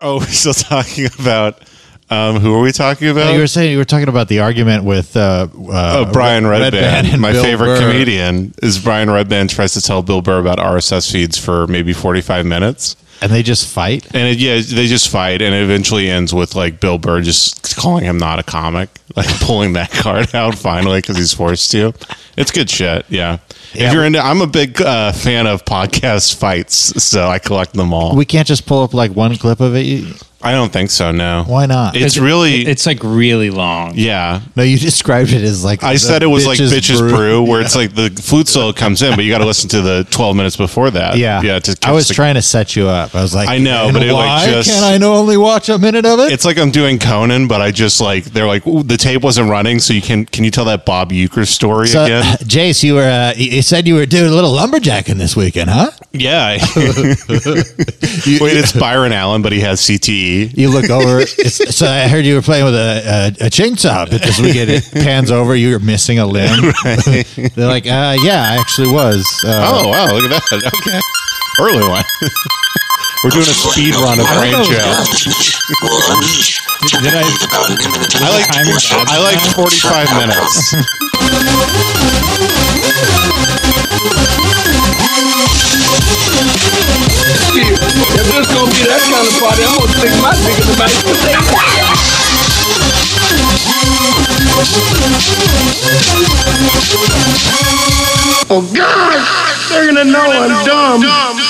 Oh, we're still talking about. Um, who are we talking about? No, Oh, you were saying you were talking about the argument with uh, uh, Oh, Brian Red- Redband, Redband and my Bill favorite Burr. comedian, is Brian Redband tries to tell Bill Burr about RSS feeds for maybe forty-five minutes, and they just fight. and it, yeah, they just fight, and it eventually ends with like Bill Burr just calling him not a comic, like pulling that card out finally because he's forced to. It's good shit. Yeah, Yeah. if you're into, I'm a big uh, fan of podcast fights, so I collect them all. We can't just pull up like one clip of it. You- I don't think so. No, Why not? It's really, It's like really long. yeah. No, you described it as like I the said it was like Bitches Brew, where it's like the flute solo comes in, but you got to listen to the 12 minutes before that. Yeah, Yeah. To catch I was the- trying to set you up. I was like, I know, "And but it, like, why just- can I know only watch a minute of it? It's like I'm doing Conan, but I just like, they're like, "Ooh, the tape wasn't running. So you can, can you tell that Bob Euchre story So, again? Jace, you were uh, you you said you were doing a little lumberjacking this weekend, huh? Yeah. Wait, it's Byron Allen, but he has E. CTE. You look over. It's, so I heard you were playing with a a, a chainsaw. But this weekend it pans over. You're missing a limb. They're like, uh, yeah, I actually was. Uh, Oh, wow. Look at that. Okay. Early one. We're doing a speed run of Brain Jail. will unleash Did, did I? about an imminent I like, I like 45 minutes. If this gonna be that kind of party, I'm gonna stick my dick in the back of the Oh God! They're gonna know I'm dumb.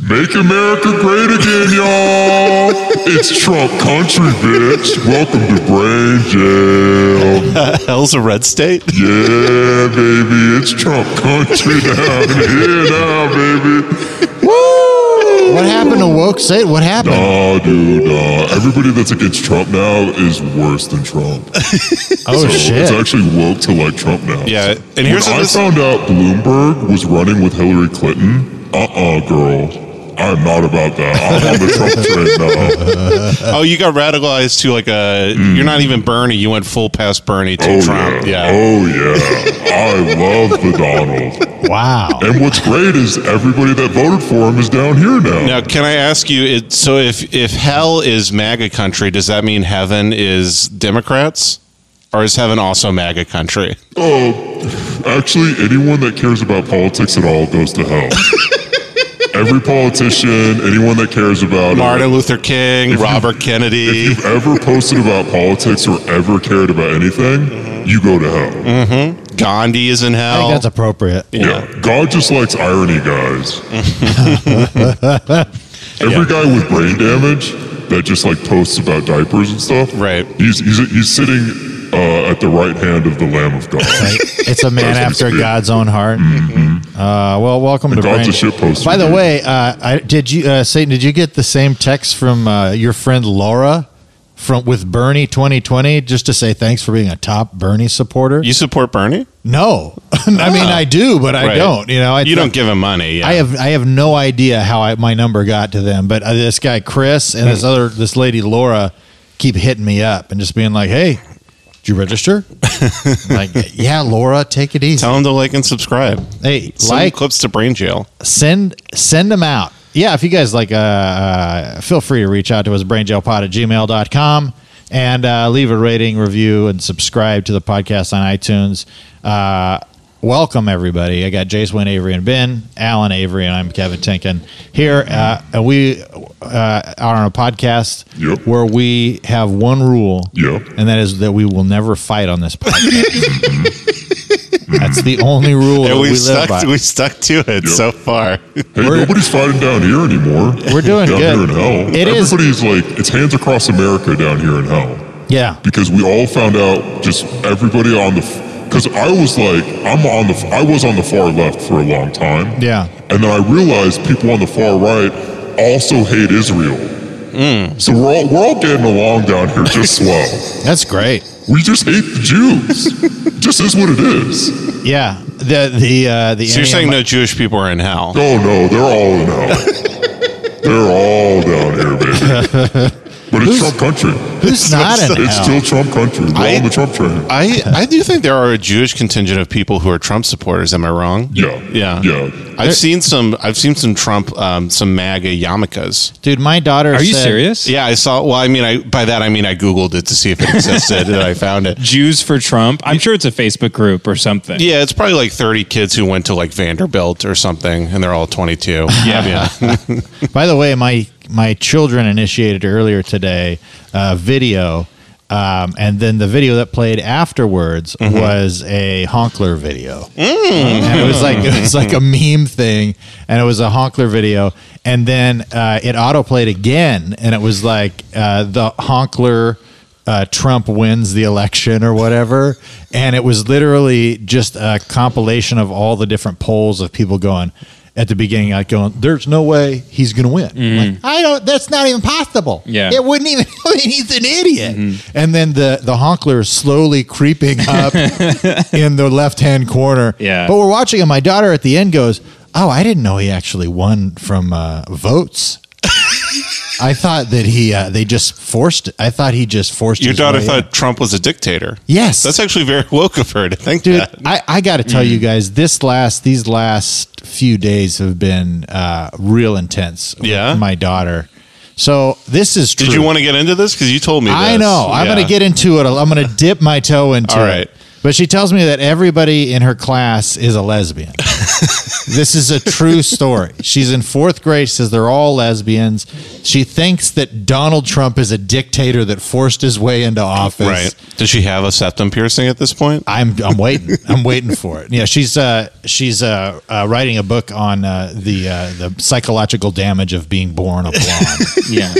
Make America great again, y'all! it's Trump country, bitch! Welcome to Brain Jail! Hell's a red state. Yeah, baby, it's Trump country down here now, baby! Woo! what happened to woke state? What happened? Nah, dude, nah. Everybody that's against Trump now is worse than Trump. oh It's shit! actually woke to like Trump now. Yeah, and here's when the I found out Bloomberg was running with Hillary Clinton. Uh uh girl. I'm not about that. I'm on the Trump train now. Oh, you got radicalized to like a. You're not even Bernie. You went full past Bernie to Oh Trump. Yeah. yeah. Oh yeah. I love the Donald. Wow. And what's great is everybody that voted for him is down here now. Now, can I ask you? It, so, if if hell is MAGA country, does that mean heaven is Democrats, or is heaven also MAGA country? Oh, actually, anyone that cares about politics at all goes to hell. Every politician, anyone that cares about it, Martin Luther King, Robert Kennedy. If you've ever posted about politics or ever cared about anything, you go to hell. Gandhi is in I think hell. that's appropriate. Yeah. God just likes irony, guys. Every guy with brain damage that just like posts about diapers and stuff, Right. He's he's, he's sitting uh, at the right hand of the Lamb of God. It's a man Person after spirit. God's own heart. Uh, well, welcome to Mm-hmm. God's Brain. a shitposter, By the dude. way, uh, I, did you uh, Satan? Did you get the same text from uh, your friend Laura from with Bernie 2020 just to say thanks for being a top Bernie supporter? you support Bernie? no, I mean I do, but I Ah. Right. don't. You know, I You don't give him money. Yeah. I have I have no idea how I, my number got to them, but uh, this guy Chris and Hmm. this other this lady Laura keep hitting me up and just being like, "Hey, did you register?" I'm like, yeah, Laura, take it easy. Tell him to like and subscribe. Hey, Send like, clips to Brain Jail. send, send them out. Yeah, if you guys like, uh, uh, feel free to reach out to us, brainjailpod at gmail.com, and uh, leave a rating, review, and subscribe to the podcast on iTunes. Uh, welcome, everybody. I got Jace Wayne Avery and Ben, Alan Avery, and I'm Kevin Tinkin here. Uh, and we uh, are on a podcast Yep. where we have one rule, Yep. and that is that we will never fight on this podcast. Mm-hmm. That's the only rule that And we we, live by. stuck. We stuck to it so far. Hey, nobody's fighting down here anymore. We're doing down good. here in hell. It is- Everybody's like it's hands across America down here in hell. Yeah. because we all found out just everybody on the because I was like I'm on the I was on the far left for a long time. Yeah. And then I realized people on the far right also hate Israel. So we're all we're all getting along down here just swell. That's great. we just hate the Jews. just is what it is. Yeah. The the uh the So you're Annie saying and no Jewish people are in hell? Oh no, they're all in hell. they're all down here, baby. But it's Who's- Trump country. Who's not in It's hell? still Trump country. We're I- on the Trump train. I, I do think there are a Jewish contingent of people who are Trump supporters. Am I wrong? Yeah. Yeah. Yeah. I've seen some. I've seen some Trump, um, some MAGA yarmulkes. Dude, my daughter. Are you said- serious? Yeah, I saw. Well, I mean, I by that I mean I googled it to see if it existed, and I found it. Jews for Trump. I'm sure it's a Facebook group or something. Yeah, it's probably like 30 kids who went to like Vanderbilt or something, and they're all 22. Yeah, yeah. By the way, my my children initiated earlier today a video, um, and then the video that played afterwards was a honkler video, and it was like it was like a meme thing, and it was a honkler video, and then uh, it autoplayed again, and it was like uh, the honkler. Uh, Trump wins the election or whatever, and it was literally just a compilation of all the different polls of people going, at the beginning, like going, "There's no way he's going to win." Like, I don't. That's not even possible. Yeah. it wouldn't even. I mean, he's an idiot. And then the the honkler is slowly creeping up in the left hand corner. Yeah. but we're watching, and my daughter at the end goes, "Oh, I didn't know he actually won from uh, votes." I thought that he uh, they just forced. I thought he just forced Your his daughter way in. thought Trump was a dictator. Yes, That's Mm. actually very woke of her to think dude that. i, I gotta tell you guys this last these last few days have been uh, real intense with Yeah? my daughter so this is true Did you want to get into this? Because you told me. i this. know i'm Yeah. gonna get into it i'm gonna dip my toe into All it right. but she tells me that everybody in her class is a lesbian this is a true story she's in fourth grade says they're all lesbians she thinks that donald trump is a dictator that forced his way into office Right. Does she have a septum piercing at this point? I'm I'm waiting. I'm waiting for it. Yeah, she's uh she's uh, uh writing a book on uh, the uh, the psychological damage of being born a blonde Yeah.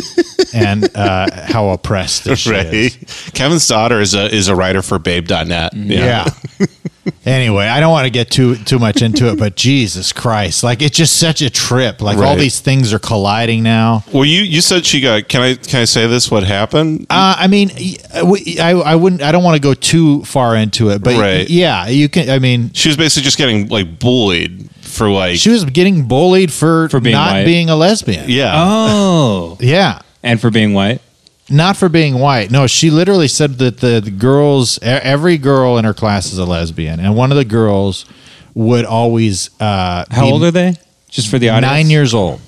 and uh, how oppressed that she Right. is. Kevin's daughter is a is a writer for Babe.net. Yeah. anyway, I don't want to get too too much into it, but Jesus Christ, like it's just such a trip. Like all Right. these things are colliding now. Well, you you said she got. Can I can I say this? What happened? Uh, I mean, y- we- I, I wouldn't. I don't want to go too far into it, but Right. yeah, you can. I mean, she was basically just getting like bullied for like. she was getting bullied for, For being not white. being a lesbian. yeah. Oh. Yeah. And for being white. not for being white. No, she literally said that the, the girls, e- every girl in her class is a lesbian, and one of the girls would always. Uh, How old are they? Just for the audience. Nine years old,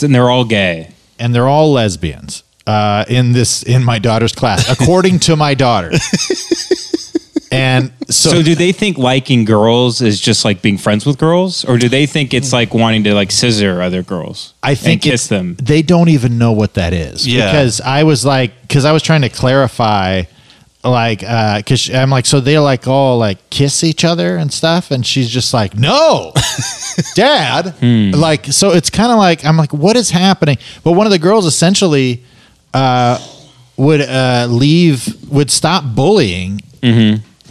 And they're all gay. and they're all lesbians uh, in this in my daughter's class, according to my daughter. and so, So, do they think liking girls is just like being friends with girls, or do they think it's like wanting to like scissor other girls? I think and it's kiss them. They don't even know what that is. Yeah. Because I was like, because I was trying to clarify, like, because I'm like, so they like all like kiss each other and stuff, and she's just like, no, dad. Like, so it's kind of like I'm like, what is happening? But one of the girls essentially uh, would uh, leave, would stop bullying.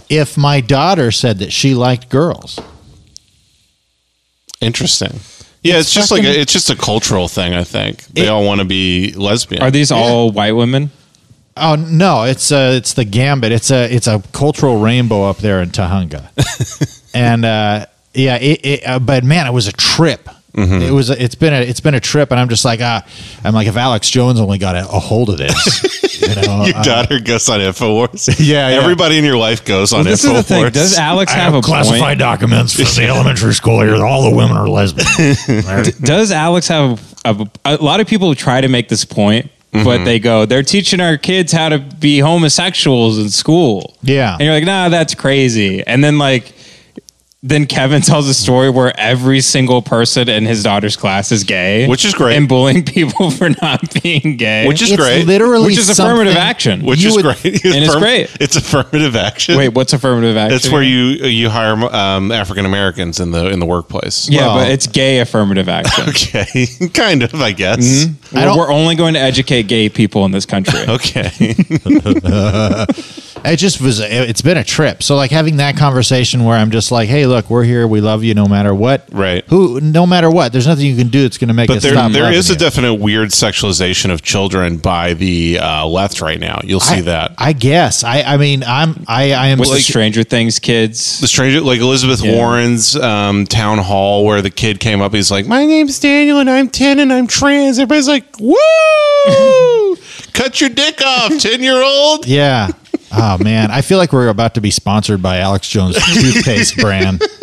If my daughter said that she liked girls, Interesting. Yeah, it's, just like fucking- a, it's just a cultural thing. I think they all want to be lesbian. Are these all white women? Oh no, it's uh, it's the gambit. It's a it's a cultural rainbow up there in Tahunga, and uh, yeah, it, it, uh, but man, it was a trip. Mm-hmm. It was a, it's been a it's been a trip, and I'm just like ah, I'm like if Alex Jones only got a, a hold of this, you know, Your uh, daughter goes on InfoWars. Yeah, yeah. Everybody in your life goes on this InfoWars. is the thing. Does Alex have, a classified point? documents for the elementary school here. All the women are lesbians. Does Alex have a, a, a lot of people try to make this point, Mm-hmm. but they go, "They're teaching our kids how to be homosexuals in school." Yeah. and you're like, "Nah, that's crazy." And then like. Then Kevin tells a story where every single person in his daughter's class is gay, Which is great. and bullying people for not being gay, Which is It's great. literally which is affirmative something- action. which you is would- great. And it's great. It's affirmative action. Wait, what's affirmative action? That's where you you hire um, African Americans in the in the workplace. Yeah, Well- but it's gay affirmative action. Okay. kind of, I guess. I don't- We're, we're only going to educate gay people in this country. Okay. it just was it's been a trip so like having that conversation where i'm just like hey look we're here we love you no matter what Right. who no matter what there's nothing you can do that's going to make But us there, stop there loving is a you. definite weird sexualization of children by the uh, left right now. You'll see I- that. i guess i i mean i'm i i am What's the like- Stranger Things the kids? stranger, like Elizabeth Yeah. Warren's um, town hall, where the kid came up, he's like, "My name's Daniel, and I'm ten, and I'm trans." Everybody's like, "Woo!" Cut your dick off, 10 year old. Yeah. Oh man, I feel like we're about to be sponsored by Alex Jones toothpaste brand.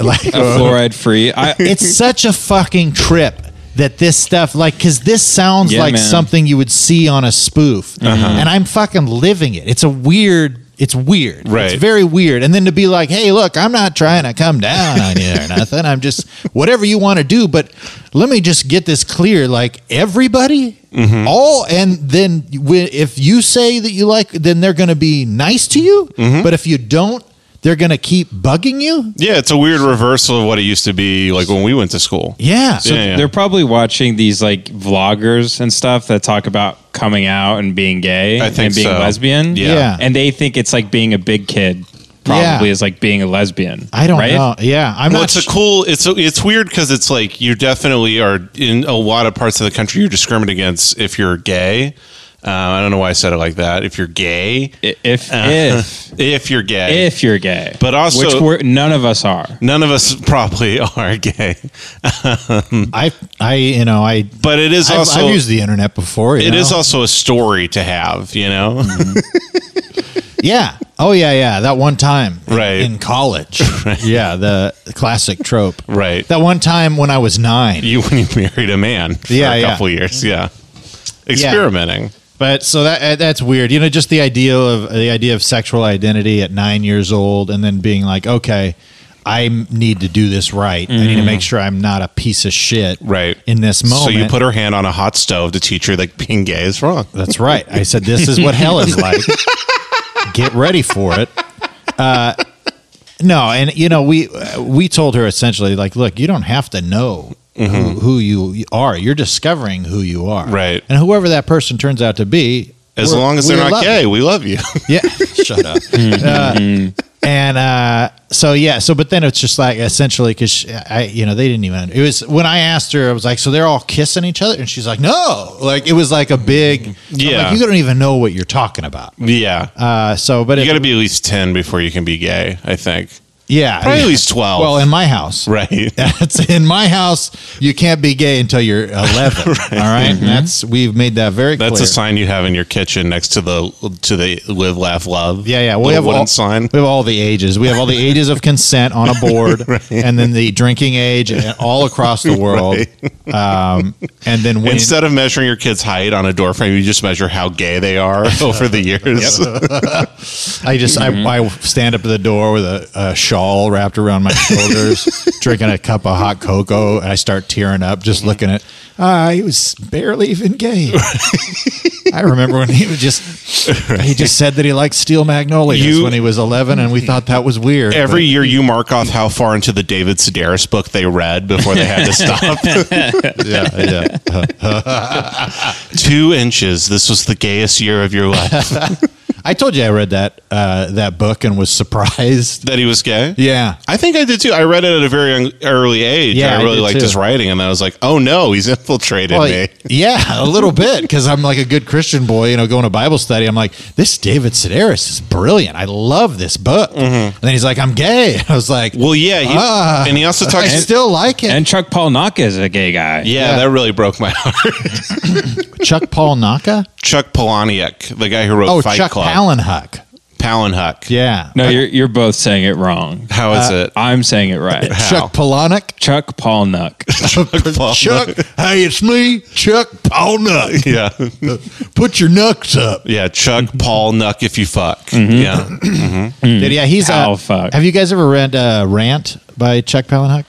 Like Uh, fluoride free. I, it's such a fucking trip that this stuff like cuz this sounds Yeah, like man. something you would see on a spoof and I'm fucking living it. It's a weird it's weird. Right. It's very weird. And then to be like, "Hey, look, I'm not trying to come down on you or nothing. I'm just whatever you want to do, but let me just get this clear like everybody all and then wi- if you say that you like then they're going to be nice to you, but if you don't, they're going to keep bugging you? Yeah, it's a weird reversal of what it used to be like when we went to school. Yeah. Yeah, yeah. They're probably watching these like vloggers and stuff that talk about coming out and being gay I think and being so. lesbian. Yeah. Yeah. And they think it's like being a big kid probably Yeah. is like being a lesbian. I don't right? know. Yeah, I'm Well, not. it's a sh- cool. It's a, it's weird because it's like you definitely are in a lot of parts of the country you're discriminated against if you're gay. Uh, I don't know why I said it like that. If you're gay, I- If if if you're gay, if you're gay. Uh. But also- which we're, none of us are. none of us probably are gay. I, I, you know, I. But it is I've, also I've used the internet before. you it is know? Mm. also a story to have. You know, Yeah. Oh yeah, yeah. That one time, in- Right. in college. Yeah, the classic trope. Right. That one time when I was nine. you when you married a man for Yeah, a yeah. couple years, yeah, experimenting. But so that uh, that's weird. You know, just the idea of uh, the idea of sexual identity at nine years old, and then being like, okay. I m- need to do this right. I need to make sure I'm not a piece of shit Mm-hmm. Right. in this moment. So you put her hand on a hot stove to teach her like being gay is wrong. That's right. I said, this is what hell is like. Get ready for it. Uh, no, and you know we uh, we told her essentially like, look, you don't have to know who, who you are. You're discovering who you are, Mm-hmm. Right. And whoever that person turns out to be, As we're- long as they're we not love gay, you. we love you. yeah. Shut up. Mm-hmm. Uh, and uh, so yeah, so but then it's just like essentially because I, you know, they didn't even. It was when I asked her, I was like, so they're all kissing each other, and she's like, no, like it was like a big, Yeah. I'm like, you don't even know what you're talking about. yeah. Uh, so, but you it, got to be at least 10 before you can be gay, I think. yeah, Probably at least 12. Well, in my house, right. That's in my house. You can't be gay until you're 11. All right? And that's we've made that very Mm-hmm. That's clear. a sign you have in your kitchen next to the to the live, laugh, love. Yeah, yeah. the We have wooden all, sign. We have all the ages. We have all the ages of consent on a board, and then the drinking age and all across the world. Um, and then when Instead of measuring your kid's height on a door frame, you just measure how gay they are over the years. I just Mm-hmm. I, I stand up to the door with a, a shawl wrapped around my shoulders, drinking a cup of hot cocoa, and I start tearing up just Mm-hmm. looking at. Ah, he was barely even gay. I remember when he was just he just said that he liked steel magnolias You- when he was eleven, and we thought that was weird. Every year, you mark off how far into the David Sedaris book they read before they had to stop. but- yeah, yeah. Two inches. This was the gayest year of your life. I told you I read that uh, that book and was surprised. that he was gay. Yeah, I think I did too. I read it at a very young- early age. Yeah, I I really did liked his too. writing, and I was like, "Oh no, he's infiltrated Well, me." yeah, a little bit because I'm like a good Christian boy, you know, going to Bible study. I'm like, this David Sedaris is brilliant. I love this book. And then he's like, I'm gay. I was like, Well, yeah, he, Ah. and he also I talks. still like it. And Chuck Paul Naka is a gay guy. yeah, yeah. that really broke my heart. Chuck Paul Naka? Chuck Palahniuk, the guy who wrote Oh, Fight Chuck Club, Palahniuk. Palahniuk. Yeah. Uh, No, you're you're both saying it wrong. How is it? I'm saying it right. Chuck Palahniuk. Chuck Paul Nuck. Chuck Palahniuk. Chuck, hey, it's me, Chuck Palahniuk. Yeah, Put your nucks up. yeah, Chuck Paul Nuck. If you fuck, Mm-hmm. yeah. Dude, yeah, he's How uh, fuck. Have you guys ever read uh, Rant by Chuck Palahniuk?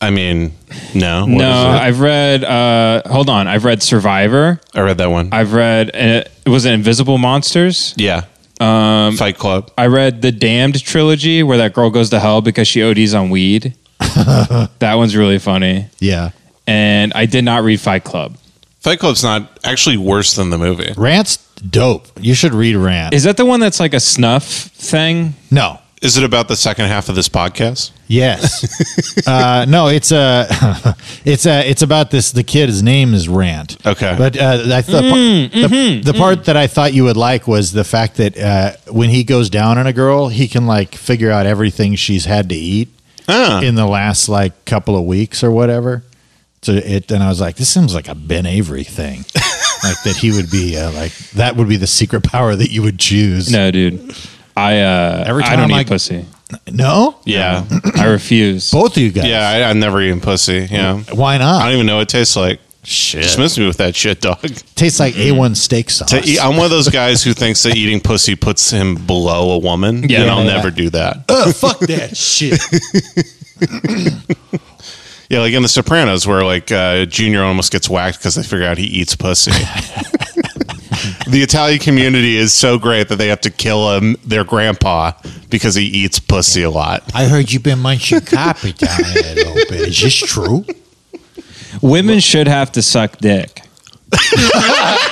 I mean, no, What No, is it? I've read. Uh, hold on, I've read Survivor. I read that one. I've read. Uh, was it Invisible Monsters? yeah, um, Fight Club. I read the Damned trilogy, where that girl goes to hell because she ODs on weed. that one's really funny. Yeah. And I did not read Fight Club. Fight Club's not actually worse than the movie. Rant's dope. You should read Rant. Is that the one that's like a snuff thing? no. Is it about the second half of this podcast? Yes. uh, no, it's uh, it's uh, it's about this. The kid, his name is Rant. Okay. But uh, I thought the, the part that I thought you would like was the fact that uh, when he goes down on a girl, he can like figure out everything she's had to eat Ah. in the last like couple of weeks or whatever. So it, and I was like, this seems like a Ben Avery thing. like that he would be uh, like that would be the secret power that you would choose. No, dude. I uh, Every I don't time eat I- pussy. No? Yeah. I refuse. both of you guys. Yeah, I, I've never eaten pussy. Yeah. Mm. Why I not? don't even know what it tastes like. Shit. Dismiss me with that shit, dog. Tastes like A1 steak sauce. To eat, I'm one of those guys who thinks that eating pussy puts him below a woman. Yeah. and I'll Yeah. never do that. Ugh, fuck that shit. Yeah, like in The Sopranos, where like uh, Junior almost gets whacked because they figure out he eats pussy. the Italian community is so great that they have to kill him, their grandpa, because he eats pussy a lot. I heard you've been munching copy down there a little bit. Is this true? Women should have to suck dick.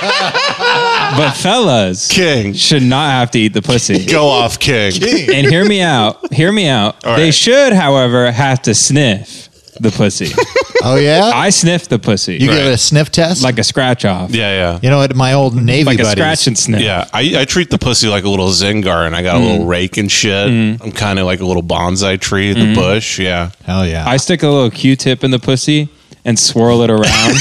but fellas King, should not have to eat the pussy. go off, King. And hear me out. Hear me out. All They right. should, however, have to sniff the pussy. Oh yeah. I sniff the pussy You give Right. it a sniff test. like a scratch off, Yeah, yeah, you know what? My old Navy like a buddies. scratch and sniff. yeah. I, I treat the pussy like a little Zingar, and I got a Mm. little rake and shit. I'm kind of like a little bonsai tree, the Mm. bush. Yeah, Hell yeah. I stick a little Q-tip in the pussy and swirl it around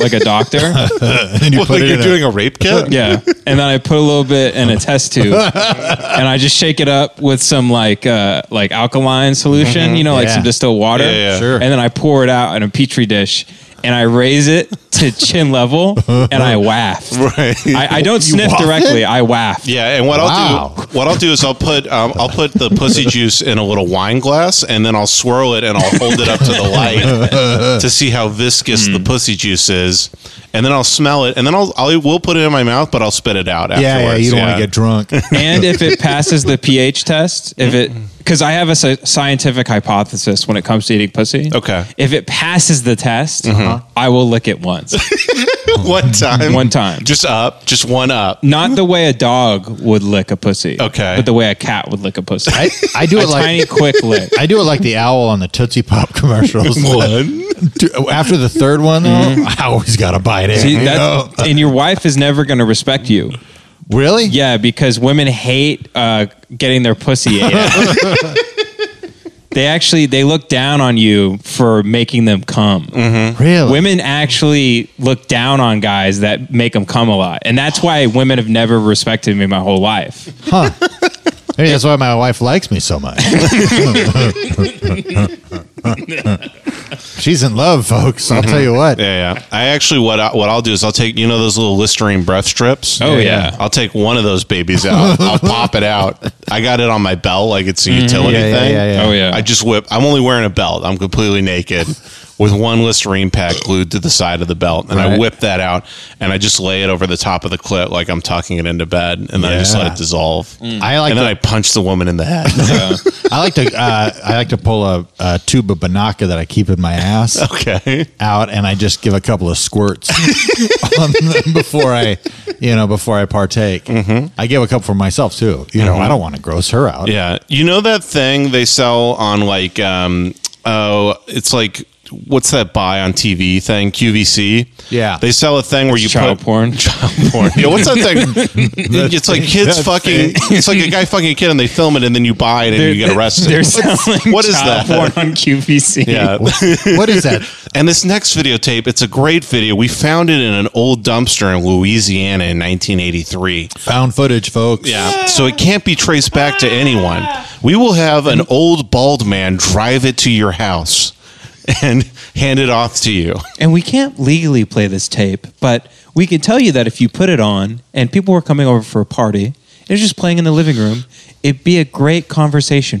like a doctor. and you Well, like it you're in a- doing a rape kit. Yeah, and then I put a little bit in a test tube, and I just shake it up with some like uh, like alkaline solution, you know, like Yeah. some distilled water. Mm-hmm. Yeah, yeah. Sure. And then I pour it out in a petri dish, and I raise it to chin level, and I waft. Right. I, I don't You sniff waft directly. I waft. Yeah, and what Wow. I'll do, what I'll do is I'll put um, I'll put the pussy juice in a little wine glass, and then I'll swirl it and I'll hold it up to the light to see how viscous Mm. the pussy juice is, and then I'll smell it, and then I'll I will put it in my mouth, but I'll spit it out afterwards. yeah, yeah. You don't want to get drunk. and if it passes the pH test, if it Mm-hmm. because I have a sci- scientific hypothesis when it comes to eating pussy. Okay. If it passes the test, Mm-hmm. I will lick it once, get one time, one time. just up, just one up. Not the way a dog would lick a pussy. Okay. But the way a cat would lick a pussy. I, I do a it like tiny quick lick. I do it like the owl on the Tootsie Pop commercials. One. Do- After the third one, though, I always got to bite it. See, you that, know? and your wife is never going to respect you. Really? Yeah, because women hate uh, getting their pussy ate. they actually they look down on you for making them come. Mm-hmm. Really? Women actually look down on guys that make them come a lot, and that's why women have never respected me my whole life. Huh. Maybe that's why my wife likes me so much. She's in love, folks. I'll tell you what. Mm-hmm. Yeah, yeah. I actually what I, what I'll do is I'll take you know those little Listerine breath strips. Oh, yeah. I'll take one of those babies out. I'll pop it out. I got it on my belt like it's a utility Yeah, yeah, thing. yeah, yeah. Oh, yeah. I just whip. I'm only wearing a belt. I'm completely naked with one Listerine pack glued to the side of the belt, and I Right. whip that out and I just lay it over the top of the clit like I'm tucking it into bed, and then I just Yeah. let it dissolve. I like and then to- I punch the woman in the head. I like to uh, I like to pull a, a tube of banaka that I keep in my ass okay. out, and I just give a couple of squirts on them before I, you know, before I partake. I give a couple for myself too. You know, I don't want to gross her out. Mm-hmm. Yeah, you know that thing they sell on like um oh it's like what's that buy on TV thing QVC? Yeah. they sell a thing where you Child put porn. Child porn. Yeah, what's that thing? it's like kids fucking. It's like a guy fucking a kid and they film it and then you buy it and you get arrested. They're selling what is child that? porn on QVC. yeah. What is that? And this next videotape, it's a great video. We found it in an old dumpster in Louisiana in 1983. Found footage, folks. Yeah. So it can't be traced back to anyone. We will have an old bald man drive it to your house and hand it off to you. and we can't legally play this tape, but we can tell you that if you put it on and people were coming over for a party, and it was just playing in the living room, it'd be a great conversation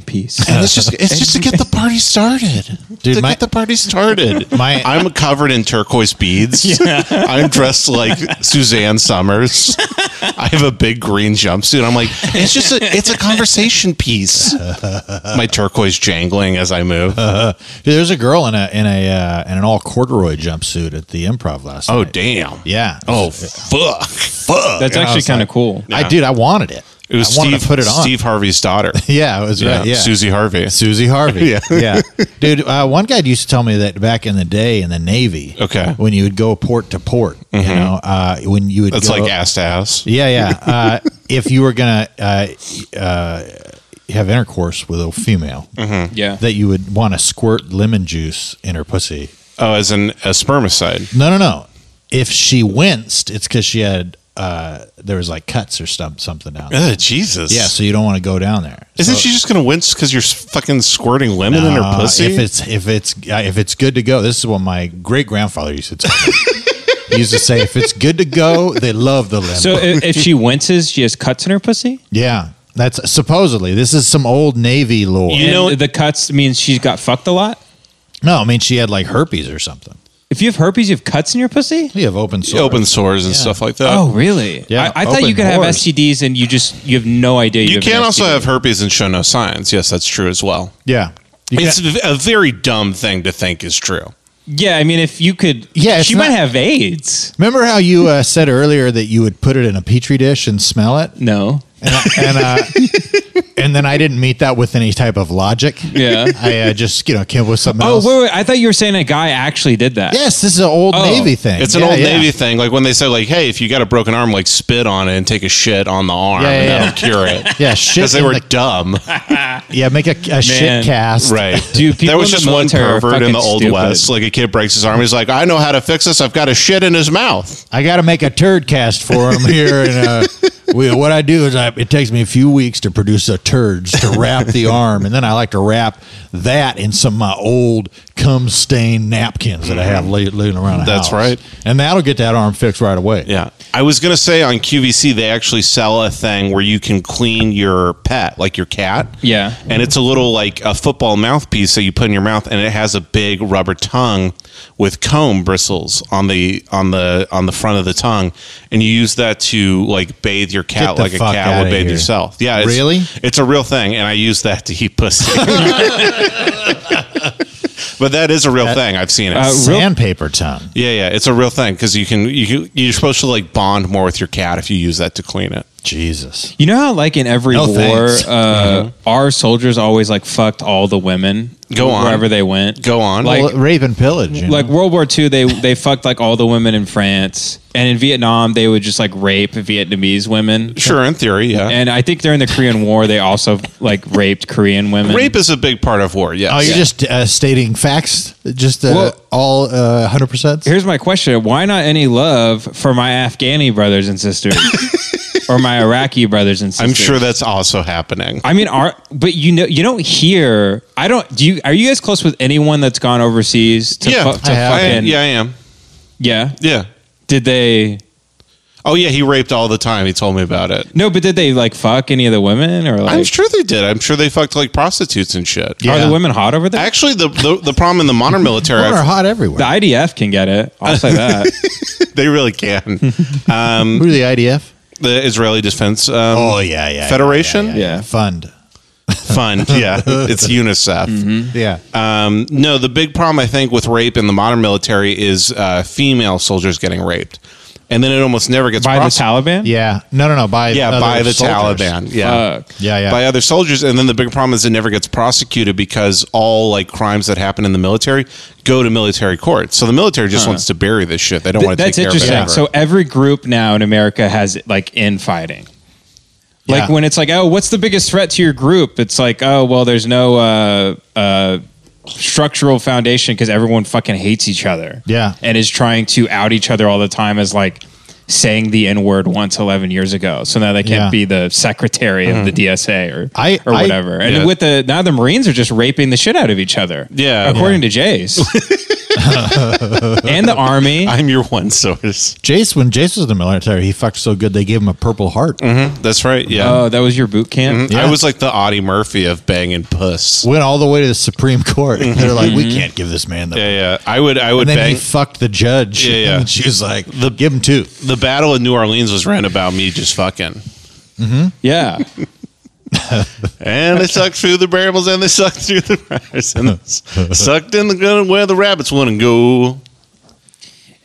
piece. And it's just it's just to get the party started. Dude, to my- get the party started. My- I'm covered in turquoise beads. I'm dressed like Suzanne Summers. I have a big green jumpsuit. I'm like, it's just a it's a conversation piece. My turquoise jangling as I move. Dude, there's a girl in a in a uh, in an all corduroy jumpsuit at the improv last Oh night. damn. yeah. Oh fuck. Fuck. That's I actually was kind of like- cool. I dude, I wanted it. It was I wanted Steve, to put it on. Steve Harvey's daughter. Yeah, it was right. Yeah, Susie Harvey. Susie Harvey. Yeah. yeah, dude. Uh, one guy used to tell me that back in the day in the Navy, Okay. Mm-hmm. when you would go port to port, you know, uh, when you would That's go, like ass to ass. yeah, yeah. Uh, if you were gonna uh, uh, have intercourse with a female, Mm-hmm. Yeah. that you would want to squirt lemon juice in her pussy. Oh, as an a spermicide. No, no, no. if she winced, it's because she had uh, there was like cuts or stump something down. There. Ugh, Jesus. Yeah, so you don't want to go down there. Isn't So- she just gonna wince because you're fucking squirting lemon in her Uh, pussy? If it's if it's uh, if it's good to go, this is what my great grandfather used to tell me. he used to say, if it's good to go, they love the lemon. So if, if she winces, she has cuts in her pussy. yeah, that's supposedly this is some old Navy lore. You know, the cuts means she's got fucked a lot. No, I mean she had like herpes or something. If you have herpes, you have cuts in your pussy. You have open sores. open sores and stuff like that. oh, really? Uh, Yeah, I, I thought open you could have pores. STDs and you just you have no idea. you have can an also STD. have herpes and show no signs. Yes, that's true as well. Yeah. You it's got- a very dumb thing to think is true. Yeah, I mean, if you could. Yeah, it's she might not- have AIDS. remember how you uh, said earlier that you would put it in a petri dish and smell it, No. and I- and, uh, and then I didn't meet that with any type of logic. Yeah. I uh, just you know came up with something Oh else. wait, wait, I thought you were saying a guy actually did that. Yes, this is an old Oh, Navy thing. It's an Yeah, old yeah. Navy thing. Like when they say, like, hey, if you got a broken arm, like spit on it and take a shit on the arm, Yeah, yeah, and yeah. that'll cure it. Yeah, shit. Because they in were the- dumb. yeah, make a, a shit cast. Right. Dude, people there was in the just one military are pervert in the fucking old stupid. west. Like a kid breaks his arm. He's like, I know how to fix this. I've got a shit in his mouth. I got to make a turd cast for him here, and uh, we, what I do is I, it takes me a few weeks to produce a turd to wrap the arm, and then I like to wrap that in some of my old cum stained napkins that I have lay, laying around. The That's house. right. and that'll get that arm fixed right away. Yeah. I was going to say on QVC, they actually sell a thing where you can clean your pet, like your cat. Yeah. And it's a little like a football mouthpiece that you put in your mouth and it has a big rubber tongue with comb bristles on the on the on the front of the tongue and you use that to like bathe your cat the like a fuck cat outta would bathe here. yourself. Yeah, it's, Really? It's a real thing and I use that to heat pussy. but that is a real thing. I've seen it. Uh, real- Sandpaper tongue. Yeah, yeah, it's a real thing because you can you can- you're supposed to like bond more with your cat if you use that to clean it. Jesus. You know how, like in every No war, thanks. Mm-hmm. uh, our soldiers always like fucked all the women. Go on. wherever they went. Go on. Like- Well, Raven pillage. you know? Like World War II, they they fucked like all the women in France, and in Vietnam, they would just like rape Vietnamese women. sure, in theory, yeah. And I think during the Korean War, they also like raped Korean women. Rape is a big part of war. Yes. oh, you're just uh, stating facts. Just uh, Well- all hundred percent. Here's my question: Why not any love for my Afghani brothers and sisters, or my Iraqi brothers and sisters? I'm sure that's also happening. I mean, are but you know you don't hear. I don't. Do you? Are you guys close with anyone that's gone overseas? To yeah, fu- to I am. fucking, yeah, I am. yeah. Yeah. Did they? Oh yeah, he raped all the time. He told me about it. No, but did they like fuck any of the women or like? I'm sure they did. I'm sure they fucked like prostitutes and shit. Are Yeah. the women hot over there? Actually, the, the the problem in the modern military, Women are I've- hot everywhere. the IDF can get it. I'll say that. they really can. Um, Who are the IDF? the Israeli Defense um, Oh yeah, yeah. yeah, Federation? yeah, yeah. Yeah. Fund. Oh. Fund. Yeah, it's UNICEF. Yeah. Um, no, the big problem I think with rape in the modern military is uh, female soldiers getting raped, and then it almost never gets By the prosec- Taliban. Yeah. No, no, no. By Yeah, other by the soldiers. Taliban. Yeah. Fuck. Yeah, yeah. By other soldiers, and then the big problem is it never gets prosecuted because all like crimes that happen in the military go to military courts. So the military just wants to bury this shit. They don't want to take That's care of it. interesting. ever. So every group now in America has like infighting. Like Yeah. when it's like, oh, what's the biggest threat to your group? It's like, oh, well, there's no uh, uh, structural foundation because everyone fucking hates each other. Yeah. and is trying to out each other all the time as like saying the n word once 11 years ago. So now they can't Yeah. be the secretary of the DSA or I- or I- whatever. and Mm-hmm. Yeah. with the now the Marines are just raping the shit out of each other. Yeah. according to Jace and the Army. I'm your one source. Jace, when Jace was in the military, he fucked so good they gave him a Purple Heart. That's right. Yeah. Oh, that was your boot camp. Uh, yeah. I was like the Audie Murphy of banging puss. Went all the way to the Supreme Court. They're like, we can't give this man the. Mm-hmm. Yeah, yeah. I would. I would And then bang. he fucked the judge. Yeah, yeah. And she was like, give him two. the Battle of New Orleans was ran about me just fucking. Yeah. And they sucked through the barrels and they sucked through the rabbits and sucked in the gun where the rabbits wouldn't go.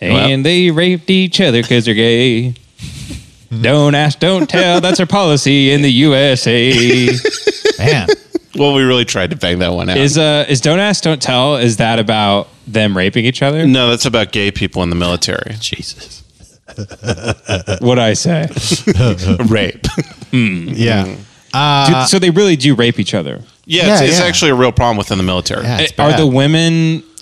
and they raped each other because they're gay. Mm-hmm. Don't ask, don't tell. That's our policy in the USA. Man. Well, we really tried to bang that one out. is uh is don't ask, don't tell? Is that about them raping each other? no, that's about gay people in the military. Jesus. What I say? Rape. Yeah. Mm-hmm. Dude, so they really do rape each other. Yeah, Yeah, it's, it's yeah. actually a real problem within the military. Yeah, Yeah, it's it's, Are bad. the women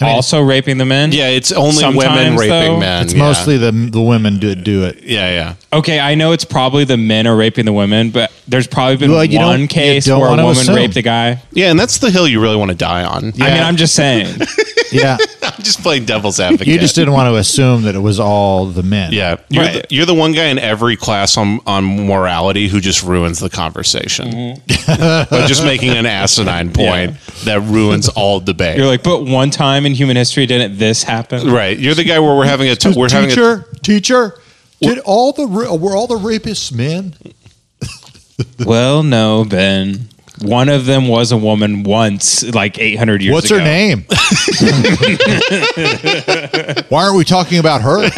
I mean- also raping the men? only women Sometimes, raping though, men. It's yeah. mostly the the women do do it. Yeah, yeah. Okay, I know it's probably the men are raping the women, but there's probably been Well, you don't- you one case don't where a wanna woman assume. raped a guy. Yeah, and that's the hill you really want to die on. I mean, Yeah. I'm just saying. Yeah, I'm just playing devil's advocate. you just didn't want to assume that it was all the men. Yeah, you're, Right. the, you're the one guy in every class on on morality who just ruins the conversation Mm-hmm. by just making an asinine point that ruins all debate. You're like, but one time in human history didn't this happen? right, you're the guy where we're having a t- Just we're having a, teacher, teacher. Did all the ra- were all the rapists men? Well, no, Ben. One of them was a woman once, like 800 years What's ago. her name? Why aren't we talking about her?